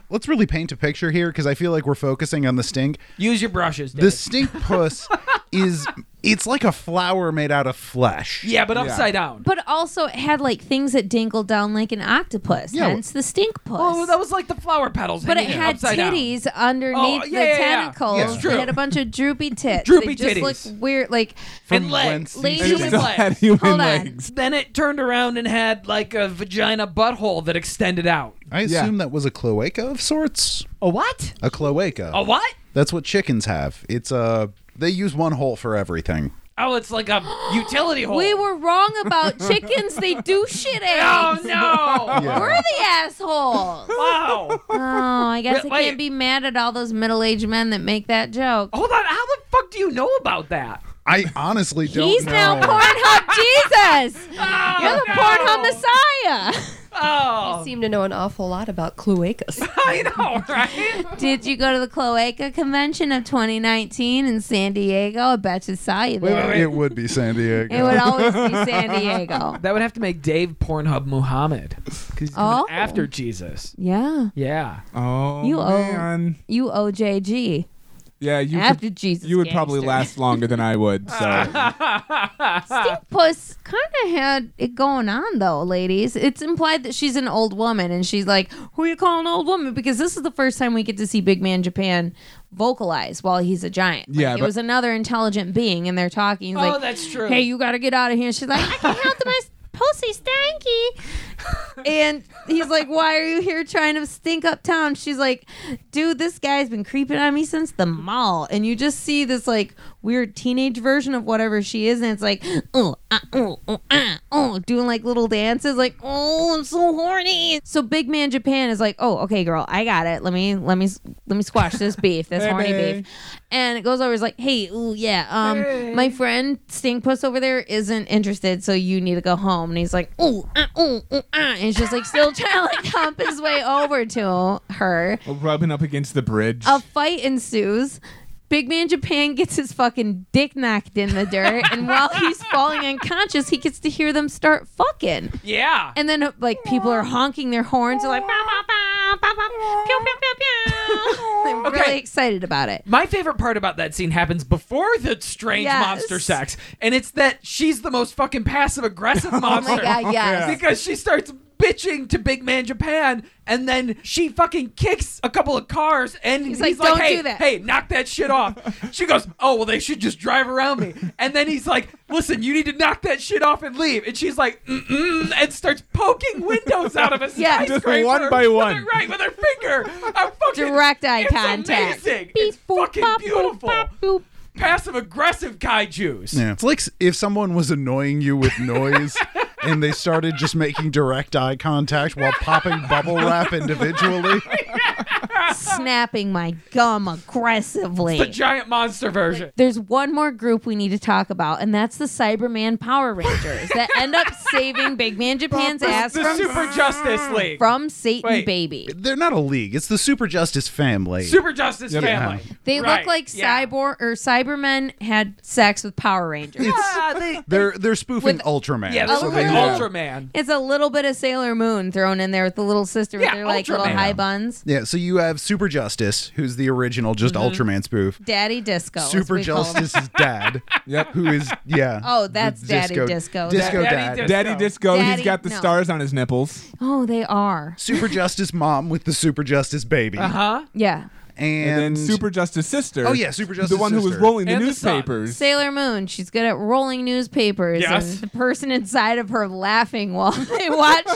Speaker 2: Let's really paint a picture here because I feel like we're focusing on the stink.
Speaker 1: Use your brushes, Dave.
Speaker 2: The stink puss is it's like a flower made out of flesh.
Speaker 1: yeah, but upside down.
Speaker 4: But also, it had like things that dangled down like an octopus,
Speaker 2: Yeah.
Speaker 4: hence the stink puss.
Speaker 1: Oh, that was like the flower petals.
Speaker 4: but it
Speaker 1: hanging
Speaker 4: had
Speaker 1: upside down.
Speaker 4: titties underneath
Speaker 1: Oh, yeah, yeah,
Speaker 4: the
Speaker 1: yeah.
Speaker 4: tentacles.
Speaker 2: Yeah. It's
Speaker 1: true.
Speaker 4: It had a bunch of droopy tits.
Speaker 1: Droopy
Speaker 4: they just
Speaker 1: titties.
Speaker 4: look weird. Like,
Speaker 1: and legs.
Speaker 2: whence these
Speaker 4: Lady
Speaker 2: things-
Speaker 3: And
Speaker 4: Human
Speaker 3: still
Speaker 1: legs.
Speaker 3: had human
Speaker 4: Hold on.
Speaker 3: legs.
Speaker 1: Then it turned around and had like a vagina butthole that extended out.
Speaker 2: I
Speaker 3: Yeah.
Speaker 2: assume that was a cloaca of sorts.
Speaker 1: A what?
Speaker 2: A cloaca.
Speaker 1: A what?
Speaker 2: That's what chickens have. It's uh they use one hole for everything.
Speaker 1: Oh, it's like a utility hole.
Speaker 4: we were wrong about chickens. They do shit
Speaker 1: Oh
Speaker 4: eggs.
Speaker 1: no!
Speaker 2: Yeah.
Speaker 4: We're the assholes. oh,
Speaker 1: Wow.
Speaker 4: I guess
Speaker 1: Wait, Oh,
Speaker 4: I
Speaker 1: wait.
Speaker 4: can't be mad at all those middle-aged men that make that joke.
Speaker 1: Hold on. How the fuck do you know about that?
Speaker 2: I honestly don't
Speaker 4: He's
Speaker 2: know.
Speaker 4: now Pornhub Jesus. You're the
Speaker 1: Oh, no.
Speaker 4: Pornhub Messiah.
Speaker 1: Oh,
Speaker 5: Seem to know an awful lot about cloacas.
Speaker 1: I know, right?
Speaker 4: Did you go to the Cloaca Convention of 2019 in San Diego? I bet you saw you there.
Speaker 2: It would be San Diego.
Speaker 4: It would always be San Diego.
Speaker 1: That would have to make Dave Pornhub Muhammad because he's coming
Speaker 4: Oh.
Speaker 1: after Jesus.
Speaker 4: Yeah,
Speaker 1: Yeah.
Speaker 3: Oh
Speaker 4: You owe-
Speaker 3: man.
Speaker 4: you OJG
Speaker 3: Yeah, you.
Speaker 4: after
Speaker 3: Could,
Speaker 4: Jesus.
Speaker 3: you would probably
Speaker 4: gangster.
Speaker 3: last longer than I would. So
Speaker 4: Stink Puss kind of had it going on though, ladies. It's implied that she's an old woman, and she's like, "Who you calling old woman?" Because this is the first time we get to see Big Man Japan vocalize while he's a giant. Like,
Speaker 3: Yeah,
Speaker 4: it
Speaker 3: but-
Speaker 4: was another intelligent being, and they're talking. He's
Speaker 1: Oh,
Speaker 4: like,
Speaker 1: that's true.
Speaker 4: Hey, you got to get out of here. And she's like, "I can't help it, my s- pussy's stanky." and he's like, "Why are you here trying to stink up town?" She's like, "Dude, this guy's been creeping on me since the mall." And you just see this like weird teenage version of whatever she is, and it's like, "Oh, ah, oh, oh, ah, oh," doing like little dances, like, "Oh, I'm so horny." So Big Man Japan is like, "Oh, okay, girl, I got it. Let me, let me, let me squash this beef, this horny
Speaker 3: Baby.
Speaker 4: beef." and it goes over. It's like, hey, ooh, yeah, um, my friend Stink Puss over there isn't interested, so you need to go home. And he's like, ooh, ah, ooh, ooh, ah, and she's like still trying to like hump his way over to her.
Speaker 3: Rubbing up against the bridge.
Speaker 4: A fight ensues. Big Man Japan gets his fucking dick knocked in the dirt, and while he's falling unconscious, he gets to hear them start fucking.
Speaker 1: Yeah.
Speaker 4: And then, like, people are honking their horns, they're like, "Bow, bow, bow, bow, bow, pew, pew, pew, pew." They're
Speaker 1: Okay.
Speaker 4: really excited about it.
Speaker 1: My favorite part about that scene happens before the strange
Speaker 4: Yes.
Speaker 1: monster sex, and it's that she's the most fucking passive aggressive
Speaker 4: Oh
Speaker 1: monster.
Speaker 4: my god, yes.
Speaker 1: Because she starts bitching to Big Man Japan, and then she fucking kicks a couple of cars, and he's,
Speaker 4: like, "Don't
Speaker 1: hey,
Speaker 4: do that."
Speaker 1: hey, knock that shit off. she goes, oh, well, they should just drive around me. And then he's like, listen, you need to knock that shit off and leave. And she's like, mm-mm, and starts poking windows out of a
Speaker 4: Yeah.
Speaker 1: skyscraper.
Speaker 4: Just
Speaker 3: one by
Speaker 1: with her-
Speaker 3: one.
Speaker 1: right, with her finger. I'm fucking,
Speaker 4: Direct eye
Speaker 1: it's
Speaker 4: contact.
Speaker 1: amazing.
Speaker 4: Beep,
Speaker 1: It's
Speaker 4: boop,
Speaker 1: fucking
Speaker 4: bop, boop,
Speaker 1: beautiful.
Speaker 4: bop, boop.
Speaker 1: Passive-aggressive kaijus.
Speaker 2: Yeah, it's like s- if someone was annoying you with noise and they started just making direct eye contact while popping bubble wrap individually.
Speaker 4: snapping my gum aggressively.
Speaker 1: The giant monster version.
Speaker 4: There's one more group we need to talk about, and that's the Cyberman Power Rangers that end up saving Big Man Japan's ass
Speaker 1: The
Speaker 4: from,
Speaker 1: Super Justice League.
Speaker 4: from Satan
Speaker 1: Wait.
Speaker 4: Baby.
Speaker 2: They're not a league. It's the Super Justice family.
Speaker 1: Super Justice Family.
Speaker 4: They
Speaker 1: Right,
Speaker 4: look like
Speaker 1: yeah.
Speaker 4: cyborg or Cybermen had sex with Power Rangers.
Speaker 1: Yeah, they,
Speaker 2: they're they're spoofing
Speaker 4: With-
Speaker 2: Ultraman.
Speaker 1: yeah,
Speaker 2: That's
Speaker 4: Oh,
Speaker 1: they
Speaker 2: what
Speaker 1: look
Speaker 2: they
Speaker 1: like
Speaker 2: do.
Speaker 1: Ultraman.
Speaker 4: It's a little bit of Sailor Moon thrown in there with the little sister with
Speaker 1: Yeah,
Speaker 4: their like
Speaker 1: Ultraman.
Speaker 4: little high buns.
Speaker 2: Yeah, so you have Super Justice, who's the original just
Speaker 4: Mm-hmm.
Speaker 2: Ultraman spoof.
Speaker 4: Daddy Disco. as
Speaker 2: Super
Speaker 4: we call him.
Speaker 2: Justice's dad,
Speaker 3: Yep.
Speaker 2: who is yeah.
Speaker 4: Oh, that's
Speaker 2: the
Speaker 4: Daddy Disco.
Speaker 2: Disco
Speaker 1: Daddy
Speaker 2: dad.
Speaker 1: Dis-
Speaker 3: Daddy Disco,
Speaker 4: Daddy-
Speaker 3: he's got the
Speaker 4: no.
Speaker 3: stars on his nipples.
Speaker 4: Oh, they are.
Speaker 2: Super Justice mom with the Super Justice baby,
Speaker 4: Uh-huh.
Speaker 1: Huh?
Speaker 4: Yeah.
Speaker 2: and,
Speaker 3: And, then Super Justice Sister.
Speaker 2: Oh, yeah, Super Justice
Speaker 3: The one who was
Speaker 2: Sister.
Speaker 3: rolling the
Speaker 1: And the son.
Speaker 3: newspapers.
Speaker 4: Sailor Moon. She's good at rolling newspapers.
Speaker 1: Yes.
Speaker 4: And the person inside of her laughing while they watch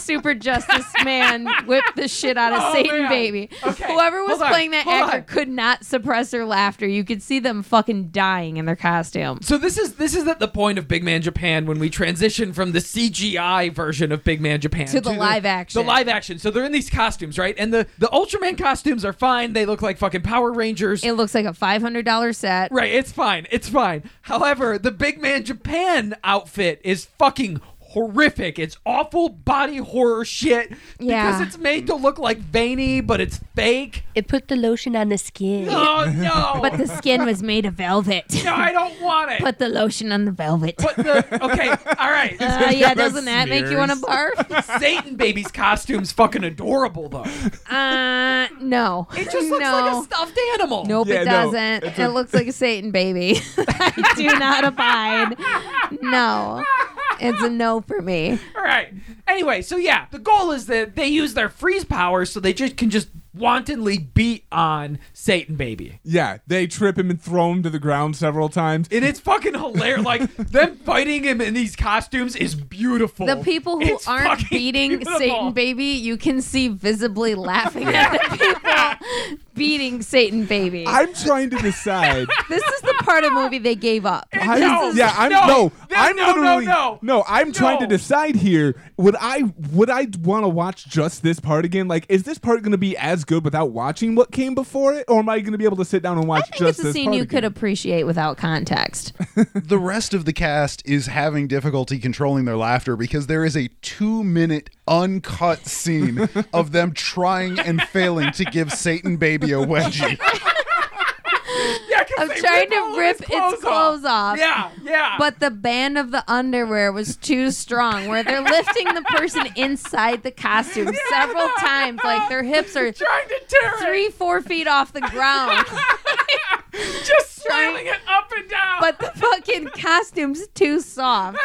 Speaker 4: Super Justice Man whip the shit out of
Speaker 1: Oh,
Speaker 4: Satan
Speaker 1: man.
Speaker 4: Baby.
Speaker 1: Okay.
Speaker 4: Whoever was
Speaker 1: Hold on.
Speaker 4: playing that
Speaker 1: Hold
Speaker 4: actor
Speaker 1: on.
Speaker 4: could not suppress her laughter. You could see them fucking dying in their costume.
Speaker 1: So this is this is at the point of Big Man Japan when we transition from the CGI version of Big Man Japan
Speaker 4: To the live action.
Speaker 1: The live action. So they're in these costumes, right? And the the Ultraman costumes are fine. They look like fucking Power Rangers.
Speaker 4: It looks like a $500 set.
Speaker 1: right, it's fine. It's fine. However, the Big Man Japan outfit is fucking horrific. It's awful body horror shit
Speaker 4: Yeah.
Speaker 1: because it's made to look like veiny, but it's fake.
Speaker 5: It put the lotion on the skin.
Speaker 1: Oh no.
Speaker 4: But the skin was made of velvet.
Speaker 1: no, I don't want it.
Speaker 4: Put the lotion on the velvet.
Speaker 1: But the okay, all right.
Speaker 4: Uh, yeah, doesn't that make you want to
Speaker 3: smears.
Speaker 4: barf?
Speaker 1: Satan baby's costume's fucking adorable though.
Speaker 4: Uh, no.
Speaker 1: It just looks
Speaker 4: no.
Speaker 1: like a stuffed animal.
Speaker 4: Nope,
Speaker 3: Yeah,
Speaker 4: it
Speaker 3: no,
Speaker 4: doesn't.
Speaker 3: it's
Speaker 4: it
Speaker 3: a-
Speaker 4: looks like a Satan baby. I do not abide. No, it's a no for me.
Speaker 1: All right. Anyway, so yeah, the goal is that they use their freeze powers so they just can just wantonly beat on Satan baby.
Speaker 3: Yeah, they trip him and throw him to the ground several times.
Speaker 1: And it's fucking hilarious. like them fighting him in these costumes is beautiful.
Speaker 4: The people who
Speaker 1: It's
Speaker 4: aren't
Speaker 1: fucking
Speaker 4: beating
Speaker 1: beautiful.
Speaker 4: Satan baby, you can see visibly laughing at the people beating Satan baby.
Speaker 3: I'm trying to decide.
Speaker 4: this is the part of the movie they gave up.
Speaker 3: I'm,
Speaker 1: No,
Speaker 3: yeah, I'm
Speaker 1: no,
Speaker 3: no,
Speaker 1: no,
Speaker 3: I'm
Speaker 1: no, no,
Speaker 3: literally
Speaker 1: no.
Speaker 3: I'm trying to
Speaker 1: No.
Speaker 3: decide here. Would I would I want to watch just this part again? Like, is this part going to be as good without watching what came before it, or am I going to be able to sit down and
Speaker 4: I
Speaker 3: watch
Speaker 4: think
Speaker 3: just
Speaker 4: it's a
Speaker 3: this
Speaker 4: scene
Speaker 3: part
Speaker 4: you
Speaker 3: again?
Speaker 4: could appreciate without context.
Speaker 2: the rest of the cast is having difficulty controlling their laughter because there is a two minute uncut scene of them trying and failing to give Satan Baby a wedgie.
Speaker 1: Yeah, 'cause
Speaker 4: I'm
Speaker 1: they
Speaker 4: trying to
Speaker 1: all of
Speaker 4: rip
Speaker 1: his
Speaker 4: its clothes off.
Speaker 1: Yeah, yeah.
Speaker 4: But the band of the underwear was too strong, where they're lifting the person inside the costume several times. Like their hips are
Speaker 1: trying to tear it.
Speaker 4: three, four feet off the ground.
Speaker 1: just slamming it up and down.
Speaker 4: But the fucking costume's too soft.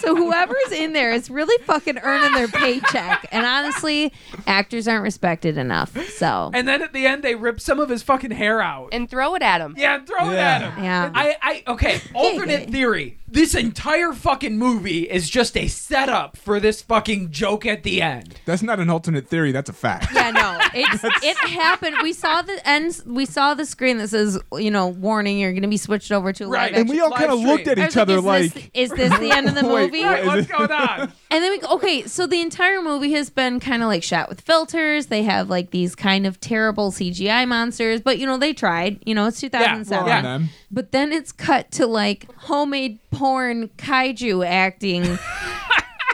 Speaker 4: So whoever's in there is really fucking earning their paycheck. And honestly, actors aren't respected enough. So
Speaker 1: And then at the end, they rip some of his fucking hair out.
Speaker 5: and throw it at him.
Speaker 1: yeah, throw it
Speaker 3: Yeah.
Speaker 1: at him.
Speaker 4: Yeah.
Speaker 1: I, I, okay. Alternate theory: this entire fucking movie is just a setup for this fucking joke at the end.
Speaker 3: That's not an alternate theory. That's a fact.
Speaker 4: yeah, no, it's, it happened. We saw the ends. We saw the screen that says, you know, warning: you're going to be switched over to
Speaker 1: Right.
Speaker 4: live
Speaker 3: And we all
Speaker 1: Live
Speaker 3: kind of
Speaker 1: stream.
Speaker 3: looked at
Speaker 4: I
Speaker 3: each
Speaker 4: was like,
Speaker 3: other
Speaker 4: is
Speaker 3: like,
Speaker 4: this, is this the end of the
Speaker 3: Wait,
Speaker 4: movie?
Speaker 3: what?
Speaker 1: Right, what's going on?
Speaker 4: And then we go, okay, so the entire movie has been kind of like shot with filters. They have like these kind of terrible CGI monsters, but you know, they tried. You know, it's 2007.
Speaker 1: Yeah.
Speaker 3: on them.
Speaker 4: But then it's cut to like homemade porn kaiju acting.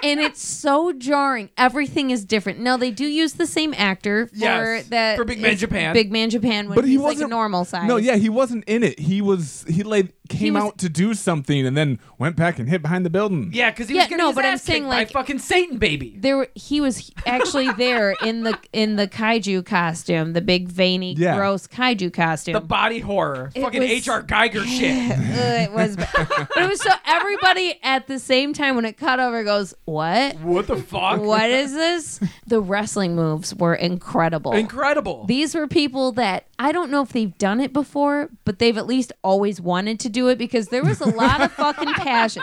Speaker 4: and it's so jarring. Everything is different. Now, they do use the same actor for
Speaker 1: Yes,
Speaker 4: that.
Speaker 1: for Big Man
Speaker 4: is
Speaker 1: Japan.
Speaker 4: Big Man Japan when
Speaker 3: But he
Speaker 4: he's
Speaker 3: wasn't
Speaker 4: like a normal size.
Speaker 3: No, yeah, he wasn't in it. He was. He like came
Speaker 4: was-
Speaker 3: out to do something and then went back and hid behind the building.
Speaker 1: Yeah, because he
Speaker 4: Yeah,
Speaker 1: was getting
Speaker 4: no,
Speaker 1: his
Speaker 4: but I'm
Speaker 1: ass
Speaker 4: saying,
Speaker 1: kicked
Speaker 4: like-
Speaker 1: by fucking Satan baby.
Speaker 4: there were- he was actually there in the in the kaiju costume, the big veiny,
Speaker 3: Yeah.
Speaker 4: gross kaiju costume.
Speaker 1: The body horror,
Speaker 4: It
Speaker 1: fucking
Speaker 4: was-
Speaker 1: H.R. Geiger shit.
Speaker 4: Ugh, it was, bad. but it was so everybody at the same time when it cut over goes, what?
Speaker 1: What the fuck?
Speaker 4: What is this? The wrestling moves were incredible.
Speaker 1: Incredible.
Speaker 4: These were people that I don't know if they've done it before, but they've at least always wanted to do it because there was a lot of fucking passion.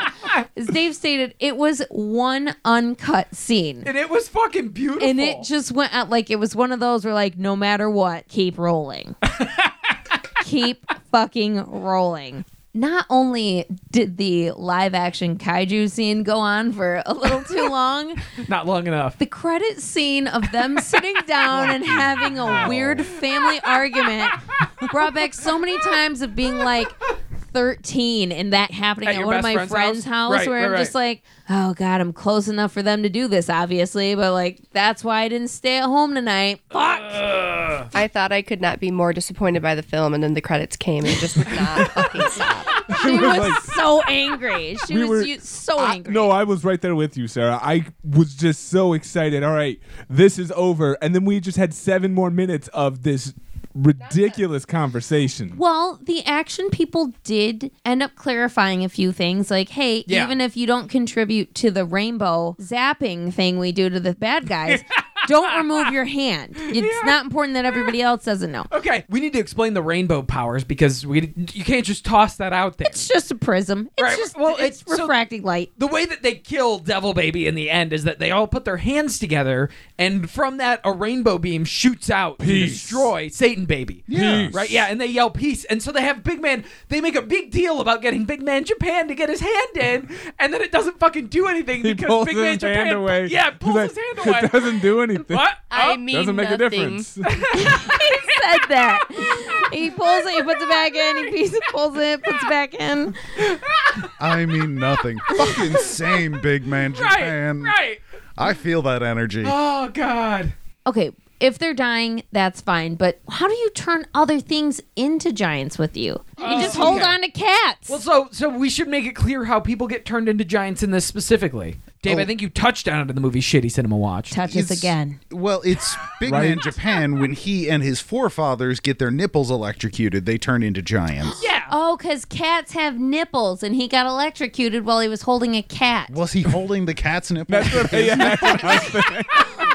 Speaker 4: As Dave stated, it was one uncut scene.
Speaker 1: and it was fucking beautiful.
Speaker 4: And it just went out like it was one of those where like no matter what, keep rolling. keep fucking rolling. Not only did the live action kaiju scene go on for a little too long,
Speaker 1: not long enough.
Speaker 4: the credit scene of them sitting down and having a weird family argument brought back so many times of being like 13 and that happening
Speaker 1: At
Speaker 4: at,
Speaker 1: your
Speaker 4: one of
Speaker 1: best
Speaker 4: my
Speaker 1: friend's
Speaker 4: friend's,
Speaker 1: house?
Speaker 4: house,
Speaker 1: Right,
Speaker 4: where
Speaker 1: right,
Speaker 4: I'm
Speaker 1: right.
Speaker 4: just like, oh God, I'm close enough for them to do this, obviously, but like, that's why I didn't stay at home tonight. Fuck.
Speaker 1: Ugh.
Speaker 5: I thought I could not be more disappointed by the film, and then the credits came and it just would not fucking stop.
Speaker 4: she
Speaker 3: We were
Speaker 4: was
Speaker 3: like-
Speaker 4: so angry. She
Speaker 3: we
Speaker 4: was
Speaker 3: were-
Speaker 4: u- so
Speaker 3: I-
Speaker 4: angry.
Speaker 3: no, I was right there with you, Sarah. I was just so excited. All right, this is over, and then we just had seven more minutes of this ridiculous conversation.
Speaker 4: Well, the action people did end up clarifying a few things like, hey,
Speaker 1: Yeah.
Speaker 4: even if you don't contribute to the rainbow zapping thing we do to the bad guys, don't remove your hand. It's not important that everybody else doesn't know.
Speaker 1: Okay, we need to explain the rainbow powers because we you can't just toss that out there.
Speaker 4: It's just a prism. It's
Speaker 1: Right,
Speaker 4: just
Speaker 1: well,
Speaker 4: it's,
Speaker 1: it's- so-
Speaker 4: refracting light.
Speaker 1: the way that they kill Devil Baby in the end is that they all put their hands together, and from that, a rainbow beam shoots out to
Speaker 3: Peace.
Speaker 1: destroy Satan Baby.
Speaker 2: Yeah. Peace.
Speaker 1: Right? Yeah, and they yell peace. And so they have Big Man, they make a big deal about getting Big Man Japan to get his hand in, and then it doesn't fucking do anything
Speaker 3: He
Speaker 1: because
Speaker 3: pulls
Speaker 1: Big
Speaker 3: his
Speaker 1: Man
Speaker 3: hand
Speaker 1: Japan.
Speaker 3: away.
Speaker 1: Yeah, pulls
Speaker 3: He's
Speaker 1: his
Speaker 3: like,
Speaker 1: hand away.
Speaker 3: It doesn't do anything.
Speaker 1: What?
Speaker 5: I
Speaker 1: Oh,
Speaker 5: mean,
Speaker 3: doesn't make a
Speaker 5: nothing.
Speaker 3: difference.
Speaker 4: he said that. He pulls it, he puts it back in, he piece- pulls it, puts it back in.
Speaker 2: I mean nothing. Fucking same, big man
Speaker 1: Right,
Speaker 2: Japan.
Speaker 1: right.
Speaker 2: I feel that energy.
Speaker 1: Oh, God.
Speaker 4: Okay, if they're dying, that's fine, but how do you turn other things into giants with you? You just hold
Speaker 1: Uh, okay.
Speaker 4: on to cats.
Speaker 1: Well, so so we should make it clear how people get turned into giants in this specifically.
Speaker 5: Oh.
Speaker 1: Dave, I think you touched on it in the movie Shitty Cinema Watch.
Speaker 4: touch us
Speaker 2: It's-
Speaker 4: again.
Speaker 2: Well, it's Big Man
Speaker 3: Right.
Speaker 2: Japan when he and his forefathers get their nipples electrocuted, they turn into giants.
Speaker 1: yeah.
Speaker 4: Oh, because cats have nipples, and he got electrocuted while he was holding a cat.
Speaker 2: Was he holding the cat's nipple?
Speaker 3: That's what- yeah,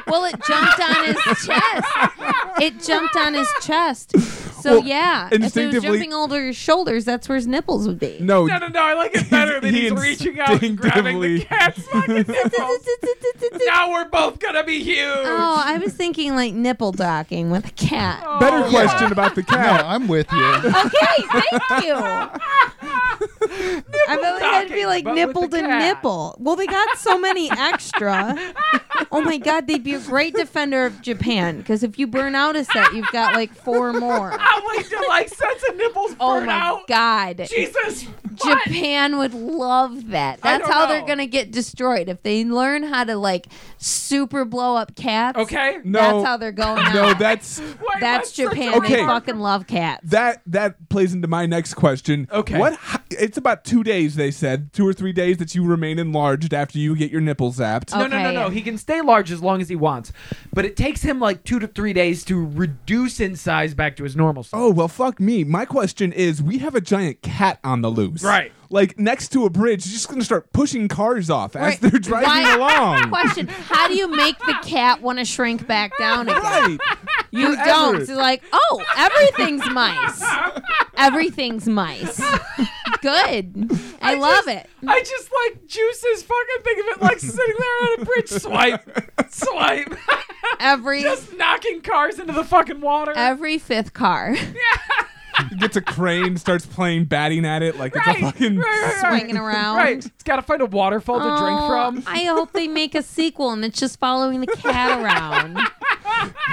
Speaker 4: Well, it jumped on his chest. It jumped on his chest. So
Speaker 3: Well,
Speaker 4: yeah, if he was
Speaker 3: instinctively-
Speaker 4: jumping over his shoulders, that's where his nipples would be.
Speaker 3: no,
Speaker 1: No, no, no. I like it better that
Speaker 3: He
Speaker 1: he's reaching out and grabbing the
Speaker 3: instinctively-
Speaker 1: cat's fucking nipples. now we're both gonna be huge.
Speaker 4: Oh, I was thinking like nipple docking with a cat.
Speaker 3: better question about the
Speaker 2: No,
Speaker 3: cat.
Speaker 2: I'm with you.
Speaker 4: Okay, thank you. I felt like that'd
Speaker 1: docking,
Speaker 4: be like
Speaker 1: but with
Speaker 4: nipple
Speaker 1: the
Speaker 4: to
Speaker 1: cat.
Speaker 4: nipple. Well, they got so many extra. Oh my god, they'd be a great defender of Japan because if you burn out a set, you've got like four more.
Speaker 1: How like do like sets of nipples
Speaker 4: Oh
Speaker 1: burn
Speaker 4: my
Speaker 1: out?
Speaker 4: god.
Speaker 1: Jesus. what?
Speaker 4: Japan would love that.
Speaker 1: I
Speaker 4: That's
Speaker 1: don't
Speaker 4: how
Speaker 1: know.
Speaker 4: they're gonna get destroyed if they learn how to like super blow up cats.
Speaker 1: Okay.
Speaker 3: No,
Speaker 4: that's how they're going.
Speaker 3: no,
Speaker 4: out.
Speaker 3: that's
Speaker 1: Why am I
Speaker 4: that's
Speaker 1: such a-
Speaker 4: Japan. They
Speaker 3: Okay.
Speaker 4: fucking love cats.
Speaker 3: that that plays into my next question.
Speaker 1: Okay.
Speaker 3: What? hi- It's about two days. They said two or three days that you remain enlarged after you get your nipples zapped.
Speaker 1: No, no, no,
Speaker 4: Okay.
Speaker 1: no. He can stay large as long as he wants, but it takes him like two to three days to reduce in size back to his normal size.
Speaker 3: Oh well, fuck me. My question is, we have a giant cat on the loose.
Speaker 1: Right.
Speaker 3: like next to a bridge, just gonna start pushing cars off as
Speaker 4: Right.
Speaker 3: they're driving
Speaker 4: Why-
Speaker 3: along.
Speaker 4: Question: How do you make the cat want to shrink back down again?
Speaker 3: right.
Speaker 4: You
Speaker 3: Forever.
Speaker 4: don't. It's like, oh, everything's mice. Everything's mice. Good. I, love it.
Speaker 1: I just like juices. Fucking think of it like sitting there on a bridge, swipe, swipe,
Speaker 4: Every
Speaker 1: just knocking cars into the fucking water.
Speaker 4: every fifth car
Speaker 3: Gets a crane, starts playing batting at it like
Speaker 1: right,
Speaker 3: it's a fucking
Speaker 1: right, right, right.
Speaker 4: swinging around.
Speaker 1: Right, it's got to find a waterfall to
Speaker 4: Oh,
Speaker 1: drink from.
Speaker 4: I hope they make a sequel and it's just following the cat around.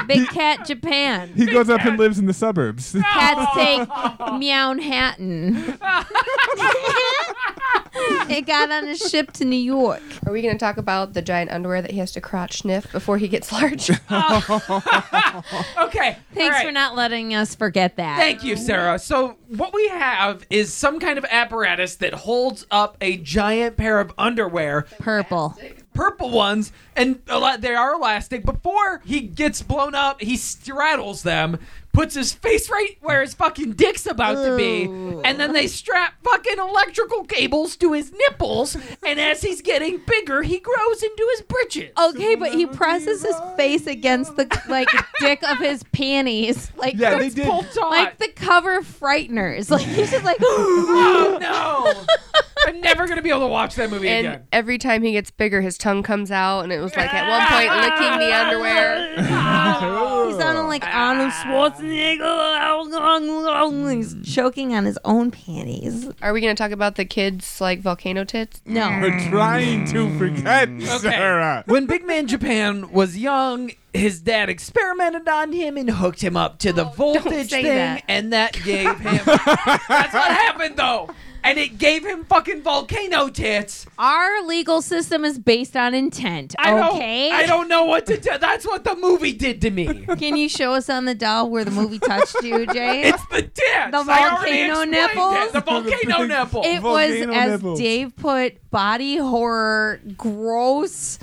Speaker 4: Big Cat Japan.
Speaker 3: He goes up and lives in the suburbs.
Speaker 4: Cats take Meownhattan. it got on a ship to New York.
Speaker 5: Are we going to talk about the giant underwear that he has to crotch sniff before he gets large?
Speaker 1: Okay,
Speaker 4: Thanks
Speaker 1: all right.
Speaker 4: for not letting us forget that.
Speaker 1: Thank you, Sarah. So, what we have is some kind of apparatus that holds up a giant pair of underwear,
Speaker 4: Purple.
Speaker 1: purple ones, and a lot, they are elastic. Before he gets blown up, he straddles them, puts his face right where his fucking dick's about to be, and then they strap fucking electrical cables to his nipples. And as he's getting bigger, he grows into his britches.
Speaker 4: Okay, but he presses his face against the like dick of his panties, like
Speaker 3: Yeah,
Speaker 4: the,
Speaker 3: they did.
Speaker 1: Full taut.
Speaker 4: like the cover of frighteners. Like he's just like,
Speaker 1: oh no! I'm never gonna be able to watch that movie
Speaker 5: and
Speaker 1: again.
Speaker 5: every time he gets bigger, his tongue comes out, and it was like at one point licking the underwear.
Speaker 4: he sounded like Arnold
Speaker 3: Ah.
Speaker 4: Schwarzenegger. He's choking on his own panties.
Speaker 5: Are we going to talk about the kids like volcano tits?
Speaker 4: No,
Speaker 3: We're trying to forget
Speaker 1: Mm.
Speaker 3: Sarah.
Speaker 1: When Big Man Japan was young, his dad experimented on him and hooked him up to the
Speaker 4: Oh,
Speaker 1: voltage
Speaker 5: say
Speaker 1: thing,
Speaker 5: that.
Speaker 1: and that gave him. That's what happened though, and it gave him fucking volcano tits.
Speaker 4: our legal system is based on intent.
Speaker 1: I don't.
Speaker 4: okay,
Speaker 1: I don't know what to do. That's what the movie did to me.
Speaker 4: Can you show us on the doll where the movie touched you, Jay?
Speaker 1: It's the tits.
Speaker 4: The
Speaker 1: I already
Speaker 4: volcano
Speaker 1: explained
Speaker 4: nipples?
Speaker 1: It. The volcano nipple.
Speaker 4: It was,
Speaker 3: Volcano
Speaker 4: as
Speaker 3: nipples.
Speaker 4: Dave put, body horror, gross,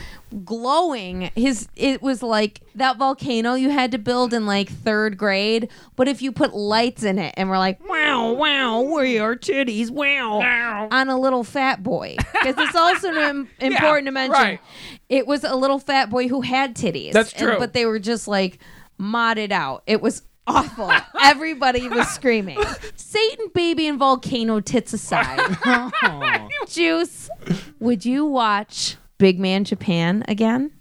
Speaker 4: glowing. His it was like that volcano you had to build in like third grade, but if you put lights in it, and we're like, wow, wow, we are titties, wow, on a little fat boy, because it's also im- important to mention.
Speaker 1: right.
Speaker 4: It was a little fat boy who had titties.
Speaker 1: That's
Speaker 4: and-
Speaker 1: true.
Speaker 4: but they were just like modded out. It was awful. Everybody was screaming. Satan baby and volcano tits aside.
Speaker 3: Oh.
Speaker 4: Juice, would you watch Big Man Japan again?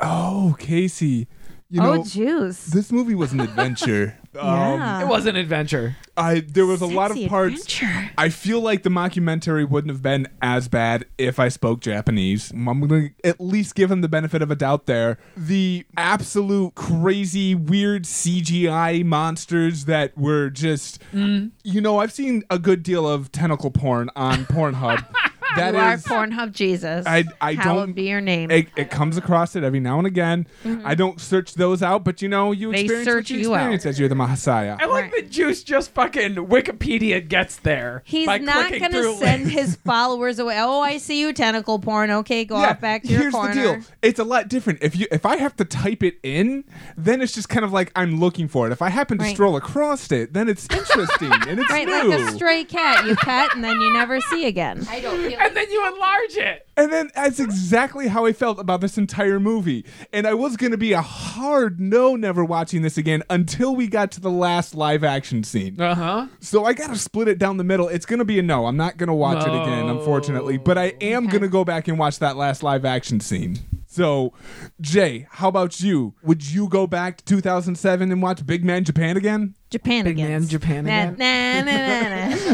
Speaker 3: Oh, Casey. You know,
Speaker 4: oh, Juice.
Speaker 3: this movie was an adventure. Um,
Speaker 4: yeah.
Speaker 1: it was an adventure.
Speaker 3: I there was a lot of
Speaker 4: Sexy
Speaker 3: parts.
Speaker 4: adventure.
Speaker 3: I feel like the mockumentary wouldn't have been as bad if I spoke Japanese. I'm gonna at least give him the benefit of a doubt there. The absolute crazy, weird CGI monsters that were just,
Speaker 4: Mm.
Speaker 3: you know, I've seen a good deal of tentacle porn on Pornhub. That
Speaker 4: You are
Speaker 3: is.
Speaker 4: Pornhub Jesus.
Speaker 3: I- I
Speaker 4: Hallowed
Speaker 3: don't-
Speaker 4: be your name.
Speaker 3: It, it comes across it every now and again. I don't search those out, but you know, you
Speaker 4: Mm-hmm. They
Speaker 3: experience
Speaker 4: search
Speaker 3: what you,
Speaker 4: you out.
Speaker 3: experience as you're the Mahasaya.
Speaker 1: I like that Juice just fucking Wikipedia gets there.
Speaker 4: He's
Speaker 1: by
Speaker 4: not
Speaker 1: clicking
Speaker 4: going to
Speaker 1: through
Speaker 4: send
Speaker 1: links.
Speaker 4: his followers away. Oh, I see you, tentacle porn. Okay, go off back to your
Speaker 3: here's
Speaker 4: corner.
Speaker 3: the deal. It's a lot different. If you if I have to type it in, then it's just kind of like I'm looking for it. If I happen to
Speaker 4: Right.
Speaker 3: stroll across it, then it's interesting and it's
Speaker 4: Right,
Speaker 3: new.
Speaker 4: like a stray cat you pet and then you never see again.
Speaker 5: I don't feel
Speaker 1: and then you enlarge it.
Speaker 3: and then that's exactly how I felt about this entire movie. And I was gonna be a hard no, never watching this again until we got to the last live action scene.
Speaker 1: Uh huh.
Speaker 3: So I gotta split it down the middle. It's gonna be a no. I'm not gonna watch it again, unfortunately. But I am gonna go back and watch that last live action scene. So, Jay, how about you? Would you go back to 2007 and watch Big Man Japan again?
Speaker 4: Japan again.
Speaker 1: man, Japan again.
Speaker 4: Na, na, na,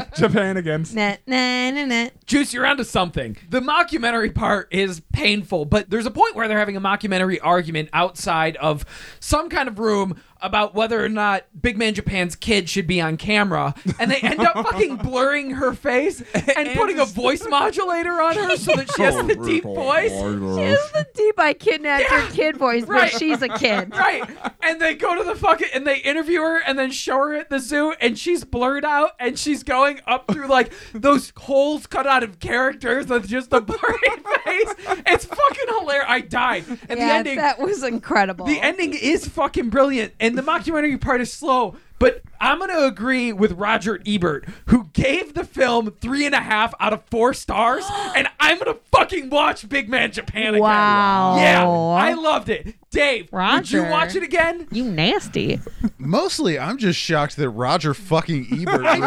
Speaker 4: na,
Speaker 3: Japan again.
Speaker 4: na, na, na, na.
Speaker 1: Juice, you're onto something. The mockumentary part is painful, but there's a point where they're having a mockumentary argument outside of some kind of room about whether or not Big Man Japan's kid should be on camera, and they end up fucking blurring her face and, putting a voice modulator on her so that she has the deep voice.
Speaker 4: It's the deep I kidnapped your kid voice,
Speaker 1: Right.
Speaker 4: but she's a kid.
Speaker 1: Right. And they go to the fucking and they interview her and then show her at the zoo and she's blurred out and she's going up through like those holes cut out of characters with just a blurred face. It's fucking hilarious. I died. And the
Speaker 4: Yeah,
Speaker 1: ending
Speaker 4: that was incredible.
Speaker 1: the ending is fucking brilliant. And the mockumentary part is slow, but I'm going to agree with Roger Ebert, who gave the film three and a half out of four stars, and I'm going to fucking watch Big Man Japan again.
Speaker 4: Wow.
Speaker 1: Yeah, I loved it. Dave, would you
Speaker 4: Roger.
Speaker 1: watch it again?
Speaker 4: You nasty.
Speaker 2: Mostly, I'm just shocked that Roger fucking Ebert
Speaker 1: know,
Speaker 2: reviewed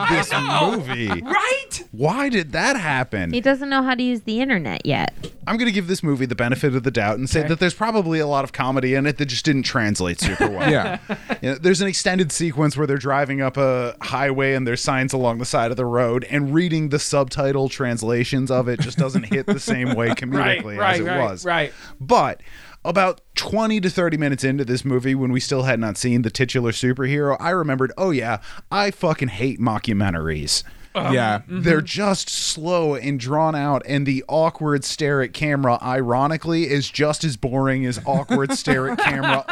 Speaker 1: I
Speaker 2: this
Speaker 1: know.
Speaker 2: movie.
Speaker 1: Right?
Speaker 2: Why did that happen?
Speaker 4: He doesn't know how to use the internet yet.
Speaker 2: I'm going to give this movie the benefit of the doubt and say that there's probably a lot of comedy in it that just didn't translate super well.
Speaker 3: Yeah.
Speaker 2: You know, there's an extended sequence where they're driving up a highway and there's signs along the side of the road, and reading the subtitle translations of it just doesn't hit the same way
Speaker 1: Right,
Speaker 2: comedically as
Speaker 1: right,
Speaker 2: it
Speaker 1: right,
Speaker 2: was.
Speaker 1: right.
Speaker 2: But about 20 to 30 minutes into this movie, when we still had not seen the titular superhero, I remembered, oh, yeah, I fucking hate mockumentaries.
Speaker 1: Oh,
Speaker 3: yeah.
Speaker 2: They're just slow and drawn out, and the awkward stare at camera, ironically, is just as boring as awkward stare at camera,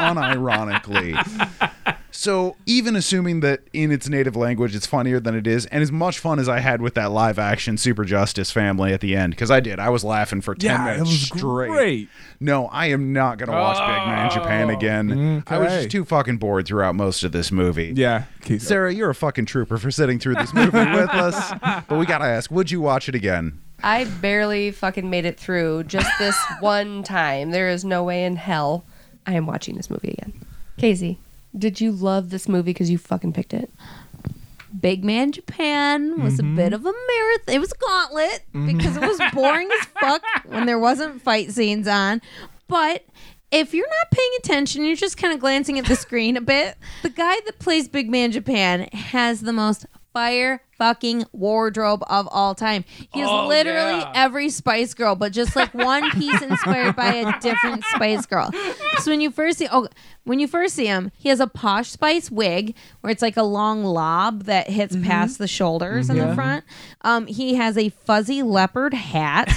Speaker 2: unironically. So, even assuming that in its native language it's funnier than it is, and as much fun as I had with that live action Super Justice family at the end, because I did, I was laughing for 10
Speaker 3: Yeah, it
Speaker 2: minutes
Speaker 3: was
Speaker 2: straight.
Speaker 3: great. Oh,
Speaker 2: No, I am not going to watch Big Man Japan again. I was
Speaker 3: okay.
Speaker 2: just too fucking bored throughout most of this movie.
Speaker 3: Yeah. Okay, so-
Speaker 2: Sarah, you're a fucking trooper for sitting through this movie with us. But we gotta ask, would you watch it again?
Speaker 5: I barely fucking made it through just this one time. There is no way in hell I am watching this movie again. Casey, did you love this movie because you fucking picked it?
Speaker 4: Big Man Japan was a bit of a marathon. It was a gauntlet because it was boring as fuck when there wasn't fight scenes on. But if you're not paying attention, you're just kind of glancing at the screen a bit. The guy that plays Big Man Japan has the most fire fucking wardrobe of all time. He has
Speaker 1: Oh,
Speaker 4: literally
Speaker 1: yeah.
Speaker 4: every Spice Girl, but just like one piece inspired by a different Spice Girl. So when you first see, oh, when you first see him, he has a posh Spice wig where it's like a long lob that hits
Speaker 1: Mm-hmm.
Speaker 4: past the shoulders in the front. Um, he has a fuzzy leopard hat.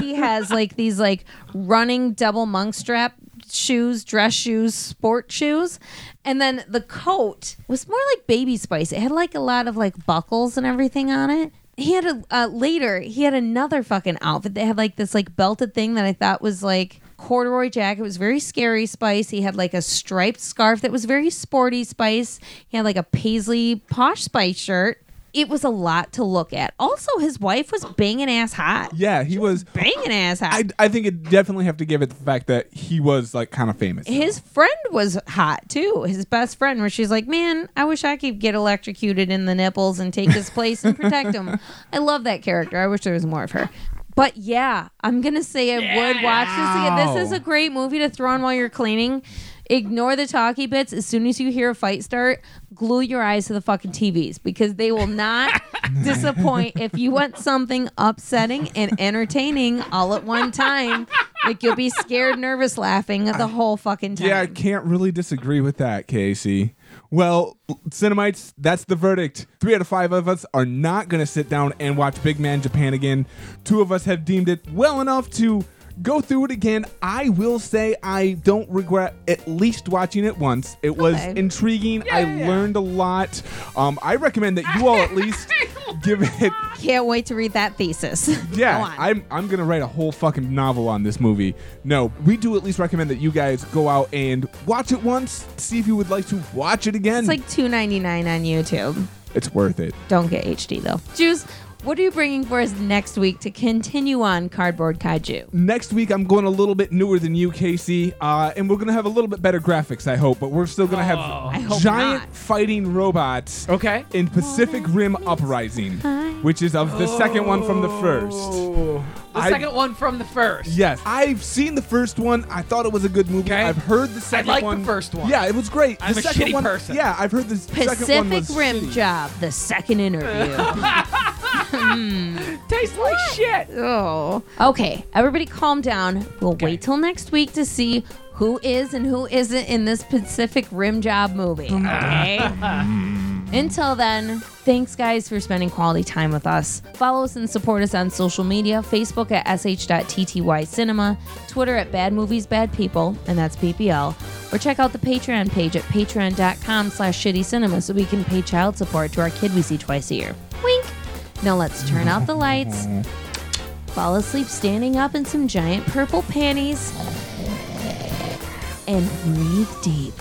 Speaker 4: he has like these like running double monk strap shoes, dress shoes, sport shoes. And then the coat was more like baby spice. It had like a lot of like buckles and everything on it. He had a uh, later, he had another fucking outfit. They had like this like belted thing that I thought was like corduroy jacket. It was very scary spice. He had like a striped scarf that was very sporty spice. He had like a paisley posh spice shirt. It was a lot to look at. Also, his wife was banging ass hot.
Speaker 3: yeah, he was.
Speaker 4: Banging ass hot.
Speaker 3: I, I think it definitely have to give it the fact that he was like kind of famous.
Speaker 4: his friend was hot too. His best friend, where she's like, "Man, I wish I could get electrocuted in the nipples and take his place and protect him." I love that character. I wish there was more of her. But yeah, I'm gonna say I would watch this again. This is a great movie to throw on while you're cleaning. Ignore the talkie bits. As soon as you hear a fight start, glue your eyes to the fucking TVs because they will not disappoint if you want something upsetting and entertaining all at one time. Like you'll be scared, nervous, laughing the whole fucking time.
Speaker 3: Yeah, I can't really disagree with that, Casey. Well, Cinemites, that's the verdict. Three out of five of us are not going to sit down and watch Big Man Japan again. Two of us have deemed it well enough to go through it again. I will say I don't regret at least watching it once. It was
Speaker 4: Okay.
Speaker 3: intriguing. I learned a lot. Um, I recommend that you all at least give it.
Speaker 4: Can't wait to read that thesis. Go
Speaker 3: Yeah,
Speaker 4: on.
Speaker 3: I'm I'm gonna write a whole fucking novel on this movie. No, we do at least recommend that you guys go out and watch it once, see if you would like to watch it again.
Speaker 4: it's like two ninety nine on YouTube.
Speaker 3: it's worth it.
Speaker 4: Don't get HD though. Juice, what are you bringing for us next week to continue on Cardboard Kaiju?
Speaker 3: Next week, I'm going a little bit newer than you, Casey, uh, and we're gonna have a little bit better graphics, I hope. But we're still gonna
Speaker 4: I
Speaker 3: have
Speaker 4: hope
Speaker 3: giant
Speaker 4: not.
Speaker 3: fighting robots
Speaker 1: Okay.
Speaker 3: in Pacific Rim Uprising, which is of the second one from the
Speaker 4: Oh.
Speaker 3: first.
Speaker 1: Ooh. The
Speaker 3: I-
Speaker 1: second one from the first.
Speaker 3: Yes, I've seen the first one. I thought it was a good movie.
Speaker 1: Okay.
Speaker 3: I've heard the second
Speaker 1: like the
Speaker 3: one.
Speaker 1: first one.
Speaker 3: Yeah, it was great.
Speaker 1: I'm
Speaker 3: the
Speaker 1: a
Speaker 3: second
Speaker 1: shitty
Speaker 3: one,
Speaker 1: person.
Speaker 3: Yeah, I've heard the s- second one
Speaker 4: Pacific
Speaker 3: was
Speaker 4: Rim
Speaker 3: shitty.
Speaker 4: Job, the second interview.
Speaker 1: Tastes like shit.
Speaker 4: oh. Okay, everybody calm down. We'll wait till next week to see who is and who isn't in this Pacific Rim Job movie. Okay? Until then, thanks guys for spending quality time with us. Follow us and support us on social media Facebook at sh.ttycinema, Twitter at Bad Movies Bad People, and that's PPL, or check out the Patreon page at patreon.com slash shitty cinema so we can pay child support to our kid we see twice a year. Wink! Now let's turn out the lights, fall asleep standing up in some giant purple panties, and breathe deep.